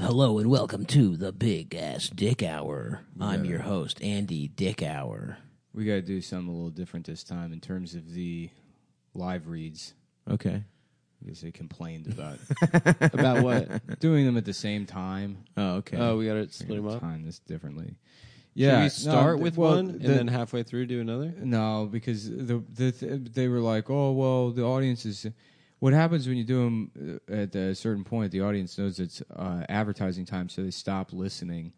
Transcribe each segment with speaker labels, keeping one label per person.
Speaker 1: Hello and welcome to the Big Ass Dick Hour. I'm your host, Andy Dick Hour.
Speaker 2: We got to do something a little different this time in terms of the live reads
Speaker 3: Okay.
Speaker 2: because they complained about about what doing them at the same time.
Speaker 3: Oh, okay.
Speaker 4: Oh, we got to
Speaker 2: We're
Speaker 4: split them
Speaker 2: gonna
Speaker 4: up.
Speaker 2: time this differently.
Speaker 4: Should
Speaker 2: Yeah,
Speaker 4: we start
Speaker 2: no,
Speaker 4: with
Speaker 2: well,
Speaker 4: one and
Speaker 2: the-
Speaker 4: then halfway through do another?
Speaker 2: No, because the, the th- they were like, oh well, the audience is. What happens when you do them at a certain point? The audience knows it's uh, advertising time, so they stop listening.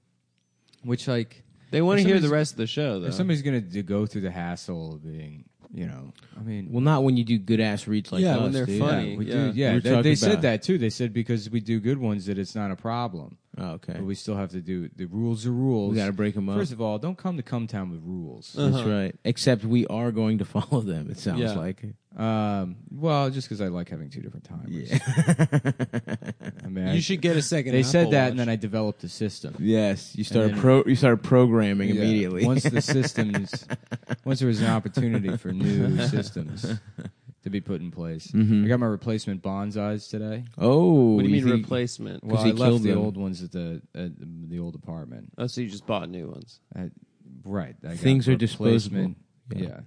Speaker 2: Which like
Speaker 4: They want to hear the
Speaker 2: somebody's-
Speaker 4: rest of the show, though.
Speaker 2: if somebody's gonna do, go through the hassle of being, you know, I mean,
Speaker 3: well, not when you do good ass reads like
Speaker 4: Yeah,
Speaker 3: us,
Speaker 4: when they're
Speaker 3: dude.
Speaker 4: funny.
Speaker 2: we
Speaker 4: yeah.
Speaker 2: do. Yeah,
Speaker 3: We were
Speaker 2: they, they
Speaker 3: talking
Speaker 2: said
Speaker 3: about-
Speaker 2: that too. They said because we do good ones that it's not a problem.
Speaker 3: Oh, okay.
Speaker 2: But we still have to do the rules are rules.
Speaker 3: We gotta break 'em up. Uh,
Speaker 2: First of all, don't come to Come Town with rules.
Speaker 3: That's right. Except we are going to follow them. It sounds
Speaker 4: Uh-huh. Yeah.
Speaker 3: like.
Speaker 2: Um, well, just because I like having two different timers. I mean, I-
Speaker 4: you should get a second.
Speaker 2: They said
Speaker 4: Apple
Speaker 2: that,
Speaker 4: Watch.
Speaker 2: and then I developed a system.
Speaker 3: Yes, you start
Speaker 2: then-
Speaker 3: pro. You start programming
Speaker 2: Yeah.
Speaker 3: immediately.
Speaker 2: Once the systems, once there was an opportunity for new systems to be put in place.
Speaker 3: Mm-hmm.
Speaker 2: I got my replacement bonsais today.
Speaker 3: oh,
Speaker 4: What do you mean
Speaker 3: think-
Speaker 4: replacement?
Speaker 2: Well,
Speaker 3: he
Speaker 2: I left
Speaker 3: killed
Speaker 2: the
Speaker 3: them.
Speaker 2: old ones at the at the old apartment.
Speaker 4: oh, so you just bought new ones.
Speaker 2: I, right. I got
Speaker 3: Things are
Speaker 2: replacement. Yeah.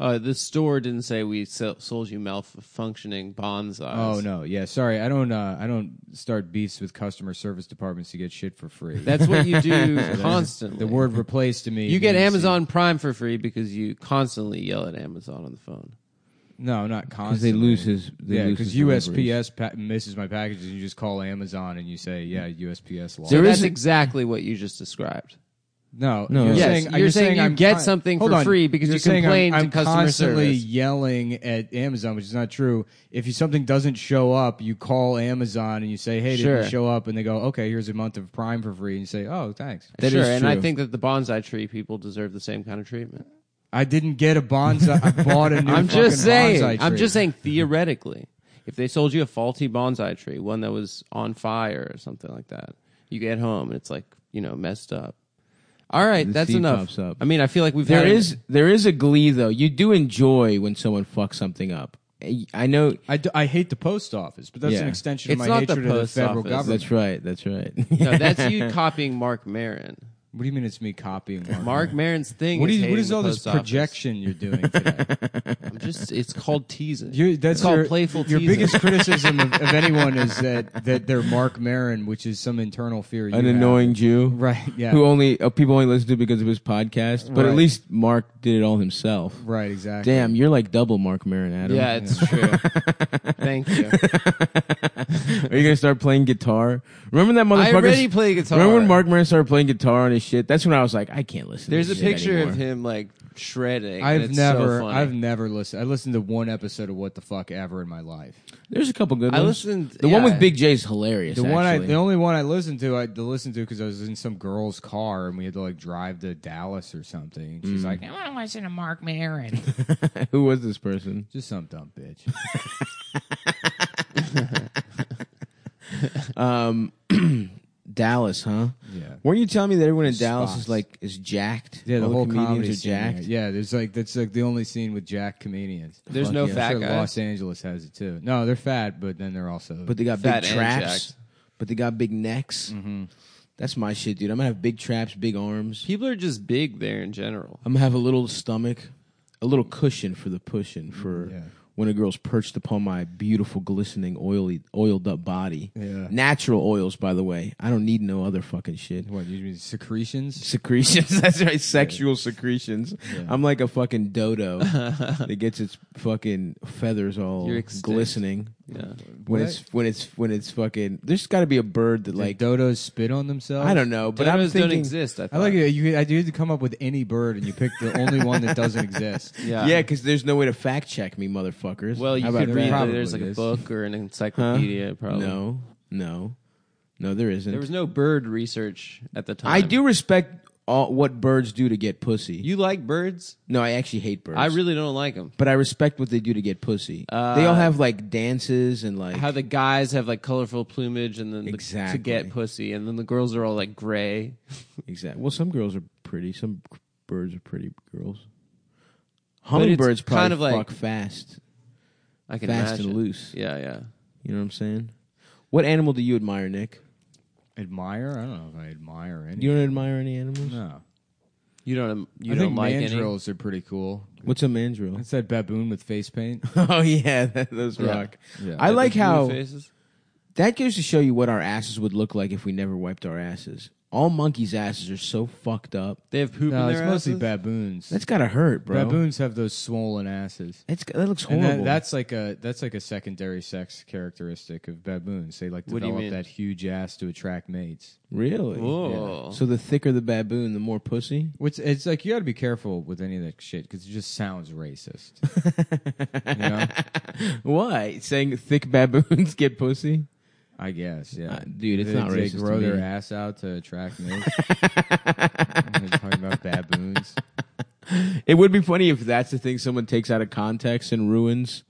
Speaker 4: Uh, the store didn't say we sell, sold you malfunctioning bonsais.
Speaker 2: Oh no. Yeah. Sorry. I don't. Uh, I don't start beefs with customer service departments to get shit for free.
Speaker 4: that's what you do constantly.
Speaker 2: the word replaced to me.
Speaker 4: You get
Speaker 2: means-
Speaker 4: Amazon Prime for free because you constantly yell at Amazon on the phone.
Speaker 2: No, not
Speaker 3: they
Speaker 2: constantly.
Speaker 3: lose his- they
Speaker 2: yeah,
Speaker 3: lose his
Speaker 2: USPS pa- misses my packages, and you just call Amazon and you say, "Yeah, USPS lost."
Speaker 4: So
Speaker 3: There
Speaker 4: that's
Speaker 3: is a-
Speaker 4: exactly what you just described.
Speaker 2: no,
Speaker 3: No,
Speaker 2: You're
Speaker 3: yes,
Speaker 2: saying,
Speaker 4: you're saying you
Speaker 2: I'm
Speaker 4: get
Speaker 2: con-
Speaker 4: something
Speaker 2: Hold
Speaker 4: for
Speaker 2: on.
Speaker 4: free because
Speaker 2: You're
Speaker 4: you
Speaker 2: saying I'm-
Speaker 4: complain to
Speaker 2: I'm,
Speaker 4: customer
Speaker 2: constantly
Speaker 4: service.
Speaker 2: yelling at Amazon, which is not true. If you, something doesn't show up, you call Amazon and you say, "Hey,
Speaker 4: Sure.
Speaker 2: didn't show up," and they go, "Okay, here's a month of Prime for free," and you say, "Oh, thanks."
Speaker 3: That
Speaker 4: sure,
Speaker 3: is
Speaker 4: and I
Speaker 3: true.
Speaker 4: think that the bonsai tree people deserve the same kind of treatment.
Speaker 2: I didn't get a bonsai. I bought a new.
Speaker 4: I'm
Speaker 2: fucking
Speaker 4: just saying.
Speaker 2: bonsai
Speaker 4: I'm
Speaker 2: tree.
Speaker 4: just saying theoretically, if they sold you a faulty bonsai tree, one that was on fire or something like that, you get home and it's like you know messed up. All right,
Speaker 3: The
Speaker 4: that's
Speaker 3: seed
Speaker 4: enough.
Speaker 3: pops up.
Speaker 4: I mean, I feel like we've
Speaker 3: There
Speaker 4: had
Speaker 3: is there is a glee though. You do enjoy when someone fucks something up. I I know.
Speaker 2: I, d- I hate the post office, but that's
Speaker 3: Yeah.
Speaker 2: an extension
Speaker 4: It's
Speaker 2: of my
Speaker 4: not the
Speaker 2: hatred of the
Speaker 4: post
Speaker 2: federal
Speaker 4: office.
Speaker 2: government.
Speaker 3: That's right. That's right.
Speaker 4: No, that's you copying Mark Marin.
Speaker 2: What do you mean it's me copying Mark?
Speaker 4: Mark Marin's thing.
Speaker 2: What
Speaker 4: is
Speaker 2: is, what
Speaker 4: hating
Speaker 2: is
Speaker 4: the
Speaker 2: all this
Speaker 4: post office.
Speaker 2: projection you're doing today?
Speaker 4: I'm just it's called teasing.
Speaker 2: you that's
Speaker 4: it's called
Speaker 2: your,
Speaker 4: playful
Speaker 2: Your
Speaker 4: teasing.
Speaker 2: biggest criticism of, of anyone is that, that they're Mark Marin, which is some internal fear you
Speaker 3: An
Speaker 2: have.
Speaker 3: annoying Jew,
Speaker 2: Right, yeah.
Speaker 3: Who only uh, people only listen to because of his podcast. But
Speaker 2: Right.
Speaker 3: at least Mark did it all himself.
Speaker 2: Right, exactly.
Speaker 3: Damn, you're like double Mark Maron, Adam.
Speaker 4: yeah, it's true. Thank you.
Speaker 3: Are you gonna start playing guitar? Remember that motherfucker?
Speaker 4: I already play guitar.
Speaker 3: Remember when Mark Maron started playing guitar on his shit? That's when I was like, I can't listen.
Speaker 4: There's
Speaker 3: to
Speaker 4: a
Speaker 3: this shit
Speaker 4: picture
Speaker 3: anymore.
Speaker 4: of him like shredding. and
Speaker 2: I've
Speaker 4: it's so
Speaker 2: never,
Speaker 4: funny.
Speaker 2: I've never listened. I listened to one episode of What the Fuck Ever in my life.
Speaker 3: There's a couple good
Speaker 4: I
Speaker 3: ones.
Speaker 4: listened-
Speaker 3: The one
Speaker 4: yeah.
Speaker 3: with Big J is hilarious.
Speaker 2: The one, I,
Speaker 3: actually.
Speaker 2: the only one I listened to, I listened to because I was in some girl's car and we had to like drive to Dallas or something. And
Speaker 3: Mm.
Speaker 2: she's like,
Speaker 5: I want to listen to Mark Maron.
Speaker 3: Who was this person?
Speaker 2: just some dumb bitch.
Speaker 3: Dallas, huh?
Speaker 2: Um, Yeah.
Speaker 3: Weren't you telling me that everyone in Dallas
Speaker 2: Spots.
Speaker 3: is like is jacked?
Speaker 2: Yeah, the
Speaker 3: All
Speaker 2: whole
Speaker 3: comedians
Speaker 2: comedy
Speaker 3: are
Speaker 2: scene
Speaker 3: jacked.
Speaker 2: there. Yeah, there's like that's like the only scene with jack comedians.
Speaker 4: There's no
Speaker 2: I'm
Speaker 4: fat
Speaker 2: sure
Speaker 4: guy.
Speaker 2: Los Angeles has it too. No, they're fat, but then they're also.
Speaker 3: But they got
Speaker 4: Fat
Speaker 3: big
Speaker 4: and
Speaker 3: traps.
Speaker 4: jacked.
Speaker 3: But they got big necks. Mm-hmm. That's my shit, dude. I'm gonna have big traps, big arms.
Speaker 4: People are just big there in general.
Speaker 3: I'm gonna have a little stomach, a little cushion for the pushing for
Speaker 2: Yeah.
Speaker 3: when a girl's perched upon my beautiful, glistening, oily, oiled up body.
Speaker 2: Yeah.
Speaker 3: Natural oils, by the way. I don't need no other fucking shit.
Speaker 2: what you mean secretions?
Speaker 3: Secretions. That's right. Sexual secretions. I'm like a fucking dodo that gets its fucking feathers all
Speaker 4: You're extinct.
Speaker 3: glistening
Speaker 4: Yeah.
Speaker 3: when it's when it's when it's fucking. There's got to be a bird that
Speaker 2: Like
Speaker 3: like
Speaker 2: dodos spit on themselves.
Speaker 3: I don't know, but
Speaker 4: Dodos
Speaker 3: I'm
Speaker 4: don't
Speaker 3: thinking.
Speaker 4: exist. I,
Speaker 2: I
Speaker 4: thought.
Speaker 2: like it. You, I do had to come up with any bird, and you picked the only one that doesn't exist.
Speaker 4: Yeah.
Speaker 3: Yeah, because there's no way to fact check me, motherfuckers.
Speaker 4: Well, you
Speaker 2: How about
Speaker 4: could
Speaker 2: that?
Speaker 4: read that
Speaker 2: Probably
Speaker 4: there's like a
Speaker 2: is.
Speaker 4: book or an encyclopedia. Probably.
Speaker 3: No, no, no. There isn't.
Speaker 4: There was no bird research at the time.
Speaker 3: I do respect all, what birds do to get pussy.
Speaker 4: You like birds?
Speaker 3: no, I actually hate birds.
Speaker 4: I really don't like them.
Speaker 3: but I respect what they do to get pussy. they all have like dances and like.
Speaker 4: How the guys have like colorful plumage and then the,
Speaker 3: Exactly.
Speaker 4: to get pussy, and then the girls are all like gray.
Speaker 3: exactly. Well, some girls are pretty. Some birds are pretty girls.
Speaker 4: it's
Speaker 3: Hummingbirds probably
Speaker 4: kind of like-
Speaker 3: fuck fast,
Speaker 4: I can
Speaker 3: fast
Speaker 4: imagine.
Speaker 3: and loose.
Speaker 4: Yeah, yeah.
Speaker 3: You know what I'm saying? What animal do you admire, Nick?
Speaker 2: Admire? I don't know if I admire any.
Speaker 3: You don't admire any animals?
Speaker 2: no.
Speaker 4: You don't. um, You
Speaker 2: I
Speaker 4: don't
Speaker 2: think
Speaker 4: like any.
Speaker 2: mandrills are pretty cool.
Speaker 3: What's a mandrill?
Speaker 2: It's that baboon with face paint.
Speaker 3: oh yeah, that, those
Speaker 4: Yeah.
Speaker 3: rock.
Speaker 2: Yeah.
Speaker 3: I like
Speaker 4: blue
Speaker 3: how
Speaker 4: faces?
Speaker 3: that goes to show you what our asses would look like if we never wiped our asses. All monkeys' asses are so fucked up.
Speaker 4: they have poop
Speaker 2: No,
Speaker 4: in
Speaker 2: it's
Speaker 4: their
Speaker 2: mostly
Speaker 4: asses?
Speaker 2: baboons.
Speaker 3: That's gotta hurt, bro.
Speaker 2: Baboons have those swollen asses.
Speaker 3: It's that looks
Speaker 2: And
Speaker 3: horrible.
Speaker 2: that, that's like a that's like a secondary sex characteristic of baboons. They like
Speaker 4: What do you
Speaker 2: develop
Speaker 4: mean?
Speaker 2: that huge ass to attract mates.
Speaker 3: really.
Speaker 4: Whoa.
Speaker 3: So the thicker the baboon, the more pussy.
Speaker 2: Which it's like you got to be careful with any of that shit because it just sounds racist. you know?
Speaker 3: Why saying thick baboons get pussy?
Speaker 2: I guess, yeah,
Speaker 3: Uh, dude, it's
Speaker 2: they,
Speaker 3: not
Speaker 2: they
Speaker 3: racist
Speaker 2: grow
Speaker 3: to
Speaker 2: their
Speaker 3: me.
Speaker 2: ass out to attract mates. They're talking about baboons.
Speaker 3: It would be funny if that's the thing someone takes out of context and ruins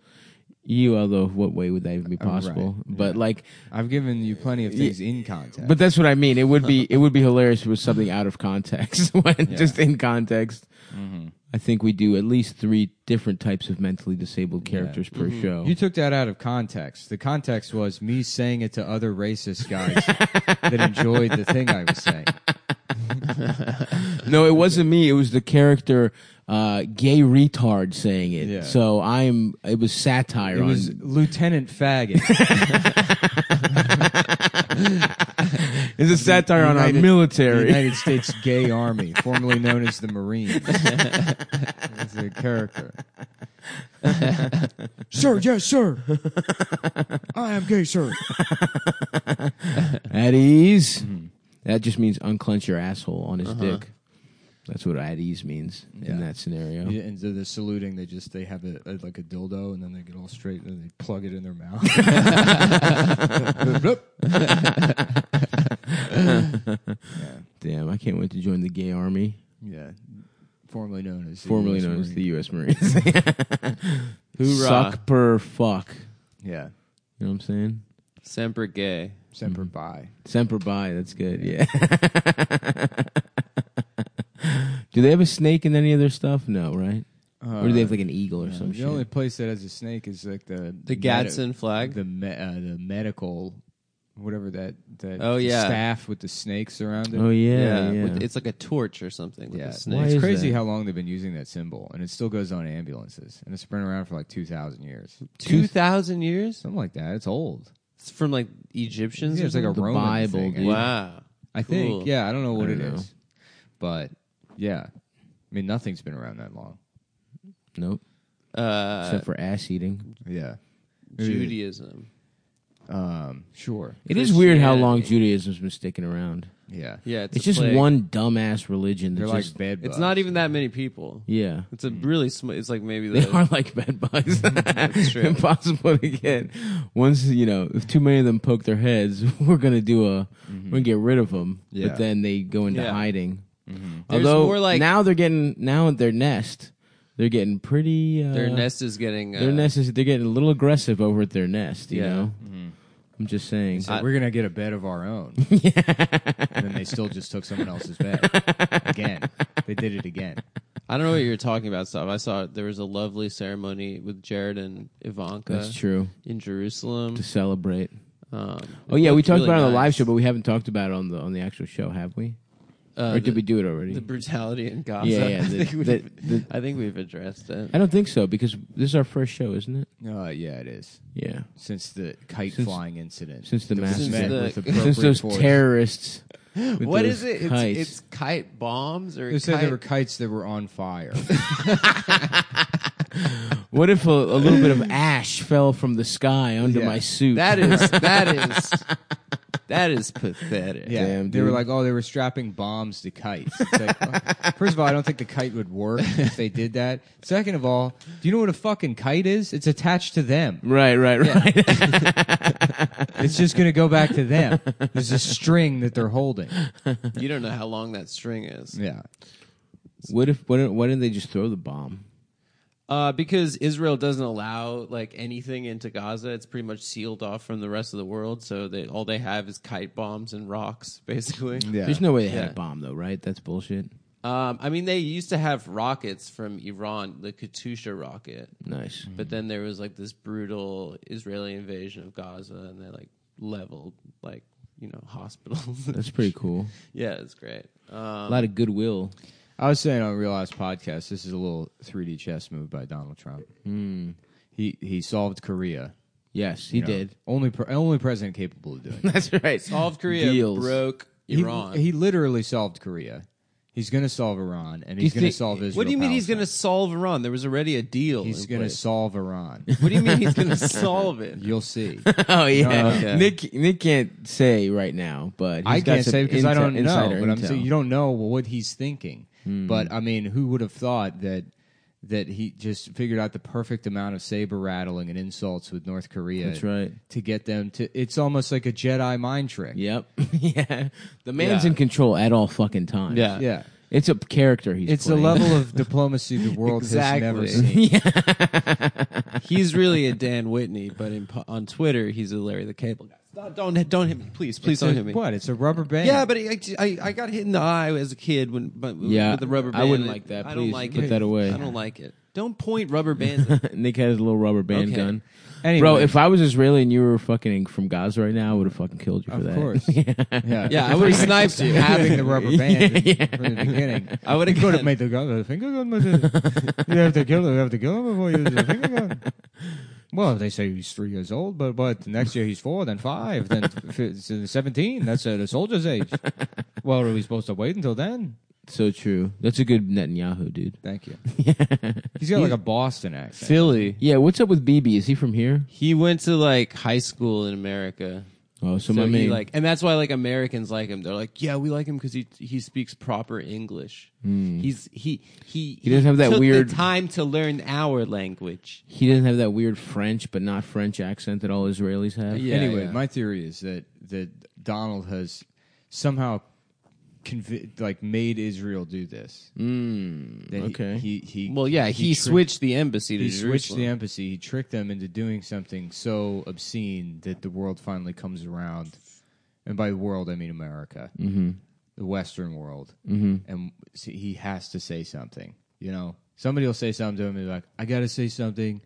Speaker 3: you. Although, what way would that even be
Speaker 2: Oh, right.
Speaker 3: possible? But like,
Speaker 2: I've given you plenty of things in context.
Speaker 3: but that's what I mean. It would be it would be hilarious if it was something out of context. when just in context,
Speaker 2: Mm-hmm.
Speaker 3: I think we do at least three different types of mentally disabled characters per show.
Speaker 2: Mm-hmm. you took that out of context. The context was me saying it to other racist guys that enjoyed the thing I was saying.
Speaker 3: no, it wasn't me. It was the character. Uh, gay retard saying it.
Speaker 2: Yeah.
Speaker 3: So I'm. It was satire.
Speaker 2: It
Speaker 3: on,
Speaker 2: was Lieutenant Faggot.
Speaker 3: It's a satire on our
Speaker 2: United- the
Speaker 3: military.
Speaker 2: United States Gay Army, formerly known as the Marines. That's a character. sir, yes, sir. I am gay, sir.
Speaker 3: At ease.
Speaker 2: Mm-hmm.
Speaker 3: That just means unclench your asshole on his
Speaker 2: Uh-huh.
Speaker 3: dick. That's what at ease means
Speaker 2: Yeah.
Speaker 3: in that scenario.
Speaker 2: Yeah, and so they're saluting. They just they have a, a like a dildo, and then they get all straight and they plug it in their mouth. Bloop.
Speaker 3: Damn, I can't wait to join the gay army,
Speaker 2: yeah, formerly known as the
Speaker 3: formerly
Speaker 2: US
Speaker 3: known as
Speaker 2: Marine.
Speaker 3: the U.S. Marines.
Speaker 4: Hoorah.
Speaker 3: Suck per fuck.
Speaker 2: yeah
Speaker 3: You know what I'm saying?
Speaker 4: Semper gay.
Speaker 2: Semper
Speaker 3: Mm-hmm.
Speaker 2: Fi.
Speaker 3: Semper Bi. That's good. Yeah. Do they have a snake in any of their stuff? No, right? or do they have like an eagle or
Speaker 2: Uh,
Speaker 3: some
Speaker 2: the
Speaker 3: shit?
Speaker 2: only place that has a snake is like the
Speaker 4: The
Speaker 2: medi-
Speaker 4: Gadsden flag.
Speaker 2: the me, uh, the medical, whatever that that
Speaker 4: Oh, yeah.
Speaker 2: staff with the snakes around it.
Speaker 3: oh yeah, yeah.
Speaker 4: With, it's like a torch or something with
Speaker 2: Yeah,
Speaker 4: a
Speaker 3: Why
Speaker 4: snake.
Speaker 2: it's
Speaker 3: is
Speaker 2: crazy
Speaker 3: that?
Speaker 2: how long they've been using that symbol, and it still goes on ambulances, and it's been around for like two thousand years,
Speaker 4: Two thousand years
Speaker 2: something like that. It's old.
Speaker 4: it's from like Egyptians.
Speaker 2: Yeah,
Speaker 4: or
Speaker 2: it's like a
Speaker 4: something?
Speaker 3: The
Speaker 2: Roman
Speaker 3: Bible,
Speaker 2: thing, I
Speaker 3: dude.
Speaker 4: wow.
Speaker 2: I
Speaker 4: Cool.
Speaker 2: think. Yeah, I don't know what
Speaker 3: I
Speaker 2: it is,
Speaker 3: don't know.
Speaker 2: but yeah, I mean nothing's been around that long.
Speaker 3: nope.
Speaker 4: Uh,
Speaker 3: Except for ass eating.
Speaker 2: Yeah,
Speaker 4: Judaism.
Speaker 2: Um, sure.
Speaker 3: It is weird how long
Speaker 4: Christianity.
Speaker 3: Judaism's been sticking around.
Speaker 2: Yeah,
Speaker 4: Yeah, it's,
Speaker 3: It's
Speaker 4: a
Speaker 3: just
Speaker 4: plague.
Speaker 3: one dumbass religion.
Speaker 2: they're
Speaker 3: That's
Speaker 2: like
Speaker 3: just,
Speaker 2: bed.
Speaker 4: It's
Speaker 2: bugs.
Speaker 4: not even that many people.
Speaker 3: yeah.
Speaker 4: It's a really sm- it's like maybe
Speaker 3: They
Speaker 4: the,
Speaker 3: are like bed bugs.
Speaker 4: true.
Speaker 3: Impossible to get. Once you know, if too many of them poke their heads, we're gonna do a. We're gonna get rid of them.
Speaker 2: Yeah.
Speaker 3: But then they go into
Speaker 4: Mm-hmm. Yeah. Mm-hmm.
Speaker 3: hiding.
Speaker 4: There's
Speaker 3: Although
Speaker 4: more like-
Speaker 3: now they're getting now at their nest, they're getting pretty. Uh,
Speaker 4: their nest is getting uh,
Speaker 3: Their nest is they're getting a little aggressive over at their nest. You
Speaker 4: Yeah. Mm-hmm.
Speaker 3: know. I'm just saying.
Speaker 2: So we're gonna get a bed of our own. And then they still just took someone else's bed again. They did it again.
Speaker 4: I don't know what you're talking about stuff. I saw there was a lovely ceremony with Jared and Ivanka
Speaker 3: that's true.
Speaker 4: in Jerusalem.
Speaker 3: To celebrate.
Speaker 4: Um,
Speaker 3: Oh
Speaker 4: it
Speaker 3: yeah, we
Speaker 4: looked
Speaker 3: talked
Speaker 4: really
Speaker 3: about it on the live
Speaker 4: nice.
Speaker 3: show, but we haven't talked about it on the on the actual show, have we?
Speaker 4: Uh,
Speaker 3: or
Speaker 4: the,
Speaker 3: did we do it already?
Speaker 4: the brutality in Gaza?
Speaker 3: yeah, yeah.
Speaker 4: I,
Speaker 3: the-
Speaker 4: think we've,
Speaker 3: the- the-
Speaker 4: I think we've addressed it.
Speaker 3: I don't think so because this is our first show, isn't it?
Speaker 2: Uh, yeah, it is.
Speaker 3: Yeah.
Speaker 2: Since the kite
Speaker 3: Since-
Speaker 2: flying incident.
Speaker 3: since the
Speaker 2: that
Speaker 3: mass-
Speaker 2: was met
Speaker 4: Since
Speaker 2: with
Speaker 4: the-
Speaker 2: appropriate
Speaker 3: Since those
Speaker 2: force.
Speaker 3: terrorists. with
Speaker 4: What
Speaker 3: those
Speaker 4: is it?
Speaker 3: kites.
Speaker 4: It's, it's kite bombs or
Speaker 2: They said
Speaker 4: kite-
Speaker 2: there were kites that were on fire.
Speaker 3: what if a, a little bit of ash fell from the sky onto
Speaker 2: Yeah.
Speaker 3: my suit?
Speaker 4: that is that is that is pathetic.
Speaker 2: Yeah,
Speaker 3: Damn,
Speaker 2: they were
Speaker 3: dude.
Speaker 2: like, oh, they were strapping bombs to kites. It's like, oh, first of all, I don't think the kite would work if they did that. Second of all, do you know what a fucking kite is? It's attached to them.
Speaker 3: right, right, right.
Speaker 2: It's just gonna go back to them. There's a string that they're holding.
Speaker 4: You don't know how long that string is.
Speaker 2: Yeah,
Speaker 3: What if? Why didn't, why didn't they just throw the bomb?
Speaker 4: Uh, because Israel doesn't allow like anything into Gaza. It's pretty much sealed off from the rest of the world. So they all they have is kite bombs and rocks, basically.
Speaker 2: yeah.
Speaker 3: There's no way they had
Speaker 4: Yeah.
Speaker 3: a bomb though, right? That's bullshit.
Speaker 4: Um, I mean, they used to have rockets from Iran, the Katusha rocket,
Speaker 3: Nice.
Speaker 4: but
Speaker 2: Mm-hmm.
Speaker 4: then there was like this brutal Israeli invasion of Gaza, and they like leveled like you know know hospitals.
Speaker 3: That's pretty cool.
Speaker 4: yeah, it's great. Um,
Speaker 3: A lot of goodwill.
Speaker 2: I was saying on Real Ass Podcast, this is a little 3D chess move by Donald Trump. Hmm. He he solved Korea.
Speaker 3: Yes, he
Speaker 2: you know.
Speaker 3: did.
Speaker 2: Only pre- only president capable of doing. it.
Speaker 3: That's right.
Speaker 6: Solved Korea
Speaker 3: Deals.
Speaker 6: broke
Speaker 2: He-
Speaker 6: Iran.
Speaker 2: He, literally solved Korea. He's going to solve Iran, and he's
Speaker 3: you
Speaker 2: going to
Speaker 3: think-
Speaker 2: solve Israel.
Speaker 4: what do you mean he's going to
Speaker 2: Palestine.
Speaker 4: solve Iran? There was already a deal.
Speaker 2: He's
Speaker 4: in
Speaker 2: going to
Speaker 4: place.
Speaker 2: solve Iran.
Speaker 4: What do you mean he's going to solve it?
Speaker 2: You'll see.
Speaker 3: Oh yeah,
Speaker 2: Oh, okay.
Speaker 3: Nick. Nick can't say right now, but he's
Speaker 2: I
Speaker 3: got
Speaker 2: can't
Speaker 3: some
Speaker 2: say because I
Speaker 3: insi-
Speaker 2: don't know.
Speaker 3: insider
Speaker 2: But I'm
Speaker 3: intel. Hmm.
Speaker 2: saying you don't know what he's thinking. But I mean, who would have thought that that he just figured out the perfect amount of saber rattling and insults with North Korea?
Speaker 3: That's right.
Speaker 2: To get them to, it's almost like a Jedi mind trick.
Speaker 3: Yep. yeah. The man's
Speaker 4: Yeah.
Speaker 3: in control at all fucking times.
Speaker 4: Yeah.
Speaker 2: Yeah.
Speaker 3: It's a character he's
Speaker 2: It's a
Speaker 3: playing.
Speaker 2: level of diplomacy the world has never seen.
Speaker 4: He's really a Dan Whitney, but in, po- on Twitter, he's a Larry the Cable Guy. Stop, don't don't hit me, please, please
Speaker 2: It's
Speaker 4: don't
Speaker 2: a-
Speaker 4: hit me.
Speaker 2: What? It's a rubber band.
Speaker 4: Yeah, but I, I I got hit in the eye as a kid when but
Speaker 3: Yeah,
Speaker 4: with the rubber
Speaker 3: I
Speaker 4: band.
Speaker 3: wouldn't like that.
Speaker 4: I don't
Speaker 3: Please
Speaker 4: like
Speaker 3: put
Speaker 4: it.
Speaker 3: that away.
Speaker 4: I don't like it. Don't point rubber bands. at-
Speaker 3: Nick had his little rubber band
Speaker 4: Okay.
Speaker 3: gun.
Speaker 2: Anyway.
Speaker 3: Bro, if I was Israeli and you were fucking from Gaza right now, I would have fucking killed you for
Speaker 2: of
Speaker 3: that.
Speaker 2: course. yeah.
Speaker 4: yeah, I would have sniped you.
Speaker 2: Having the rubber band from the beginning.
Speaker 4: I would have
Speaker 2: You could have
Speaker 4: gotten-
Speaker 2: made the gun, the finger gun. With it. you have to kill him. You have to kill him before you use the finger gun. Well, they say he's three years old, but but next year he's four, then five, then f- f- seventeen. That's uh, the soldier's age. Well, are we supposed to wait until then?
Speaker 3: So true. That's a good Netanyahu, dude.
Speaker 2: Thank you. He's got like a Boston accent.
Speaker 4: Philly.
Speaker 3: Yeah, what's up with BB? Is he from here?
Speaker 4: He went to like high school in America.
Speaker 3: Oh, so,
Speaker 4: So
Speaker 3: my
Speaker 4: he,
Speaker 3: man.
Speaker 4: like, and that's why like Americans like him. They're like, yeah, we like him because he he speaks proper English. He's he Hmm. he he
Speaker 3: doesn't have that
Speaker 4: took the
Speaker 3: weird-
Speaker 4: time to learn our language.
Speaker 3: he doesn't have that weird French, but not French accent that all Israelis have.
Speaker 4: Yeah.
Speaker 2: anyway, my theory is that that Donald has somehow convi- like made Israel do this. Mm,
Speaker 3: okay.
Speaker 2: He, he,
Speaker 4: Hmm, Well, yeah, he,
Speaker 2: tricked-
Speaker 4: switched the embassy to
Speaker 2: He
Speaker 4: Jerusalem.
Speaker 2: switched the embassy. He tricked them into doing something so obscene that the world finally comes around, and by world I mean America, mm-hmm. the Western world, mm-hmm. and see, he has to say something. You know, somebody will say something to him. And be like, "I got to say something."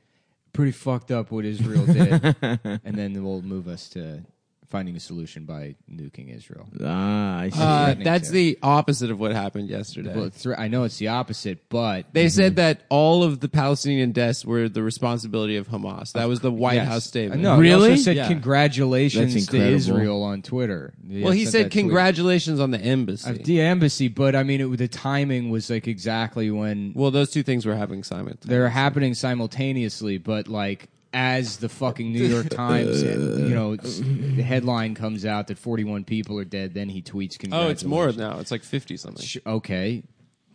Speaker 2: Pretty fucked up what Israel did, and then we'll move us to finding a solution by nuking Israel.
Speaker 3: Ah, I see.
Speaker 4: Uh,
Speaker 2: Threatening
Speaker 4: that's
Speaker 2: to.
Speaker 4: the opposite of what happened yesterday.
Speaker 2: Well, it's- I know it's the opposite, but
Speaker 4: they said that all of the Palestinian deaths were the responsibility of Hamas. That was the White
Speaker 2: Yes.
Speaker 4: House statement.
Speaker 2: No, He
Speaker 3: Really?
Speaker 2: also said
Speaker 4: Yeah.
Speaker 2: congratulations
Speaker 3: That's
Speaker 2: to
Speaker 3: incredible.
Speaker 2: Israel on Twitter.
Speaker 4: Well, he said
Speaker 2: congratulations.
Speaker 4: congratulations on the embassy.
Speaker 2: Of the embassy, but I mean, it, the timing was like exactly when
Speaker 4: well, those two things were happening simultaneously.
Speaker 2: they're happening simultaneously, but like as the fucking New York Times, you know, s- the headline comes out that 41 people are dead, then he tweets
Speaker 4: oh,
Speaker 2: congratulations.
Speaker 4: it's more now. It's like fifty something.
Speaker 2: Sh- Okay,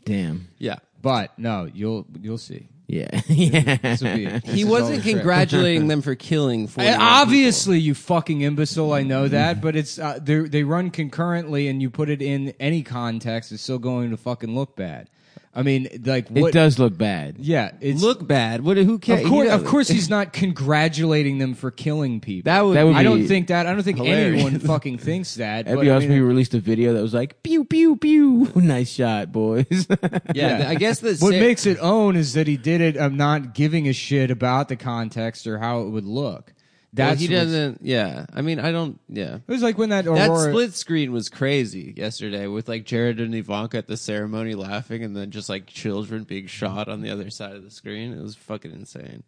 Speaker 3: Damn.
Speaker 4: Yeah.
Speaker 2: but no, you'll you'll see.
Speaker 3: Yeah. yeah.
Speaker 2: This will be, this
Speaker 4: He
Speaker 2: is
Speaker 4: wasn't
Speaker 2: all a trick.
Speaker 4: congratulating them for killing. 41
Speaker 2: And obviously, you fucking imbecile. I know that, but it's uh, they're- they run concurrently, and you put it in any context, it's still going to fucking look bad. I mean, like what?
Speaker 3: It does look bad.
Speaker 2: Yeah, it's
Speaker 4: people. look bad. What? Who cares?
Speaker 2: Of course,
Speaker 4: Yeah.
Speaker 2: of course, he's not congratulating them for killing people.
Speaker 4: That would.
Speaker 3: That would
Speaker 2: I
Speaker 3: be
Speaker 2: don't think that. I don't think
Speaker 4: hilarious.
Speaker 2: anyone fucking thinks that.
Speaker 3: That'd
Speaker 2: but
Speaker 3: be
Speaker 2: I
Speaker 3: awesome
Speaker 2: mean,
Speaker 3: if we released a video that was like, pew, pew, pew. nice shot, boys.
Speaker 4: yeah, I guess the
Speaker 2: what
Speaker 4: sa-
Speaker 2: makes it own is that he did it of not giving a shit about the context or how it would look.
Speaker 4: well,
Speaker 2: That's
Speaker 4: he
Speaker 2: what's-
Speaker 4: doesn't. Yeah, I mean, I don't. Yeah.
Speaker 2: It was like when that
Speaker 4: That
Speaker 2: Aurora.
Speaker 4: split screen was crazy yesterday with like Jared and Ivanka at the ceremony laughing and then just like children being shot on the other side of the screen. It was fucking insane.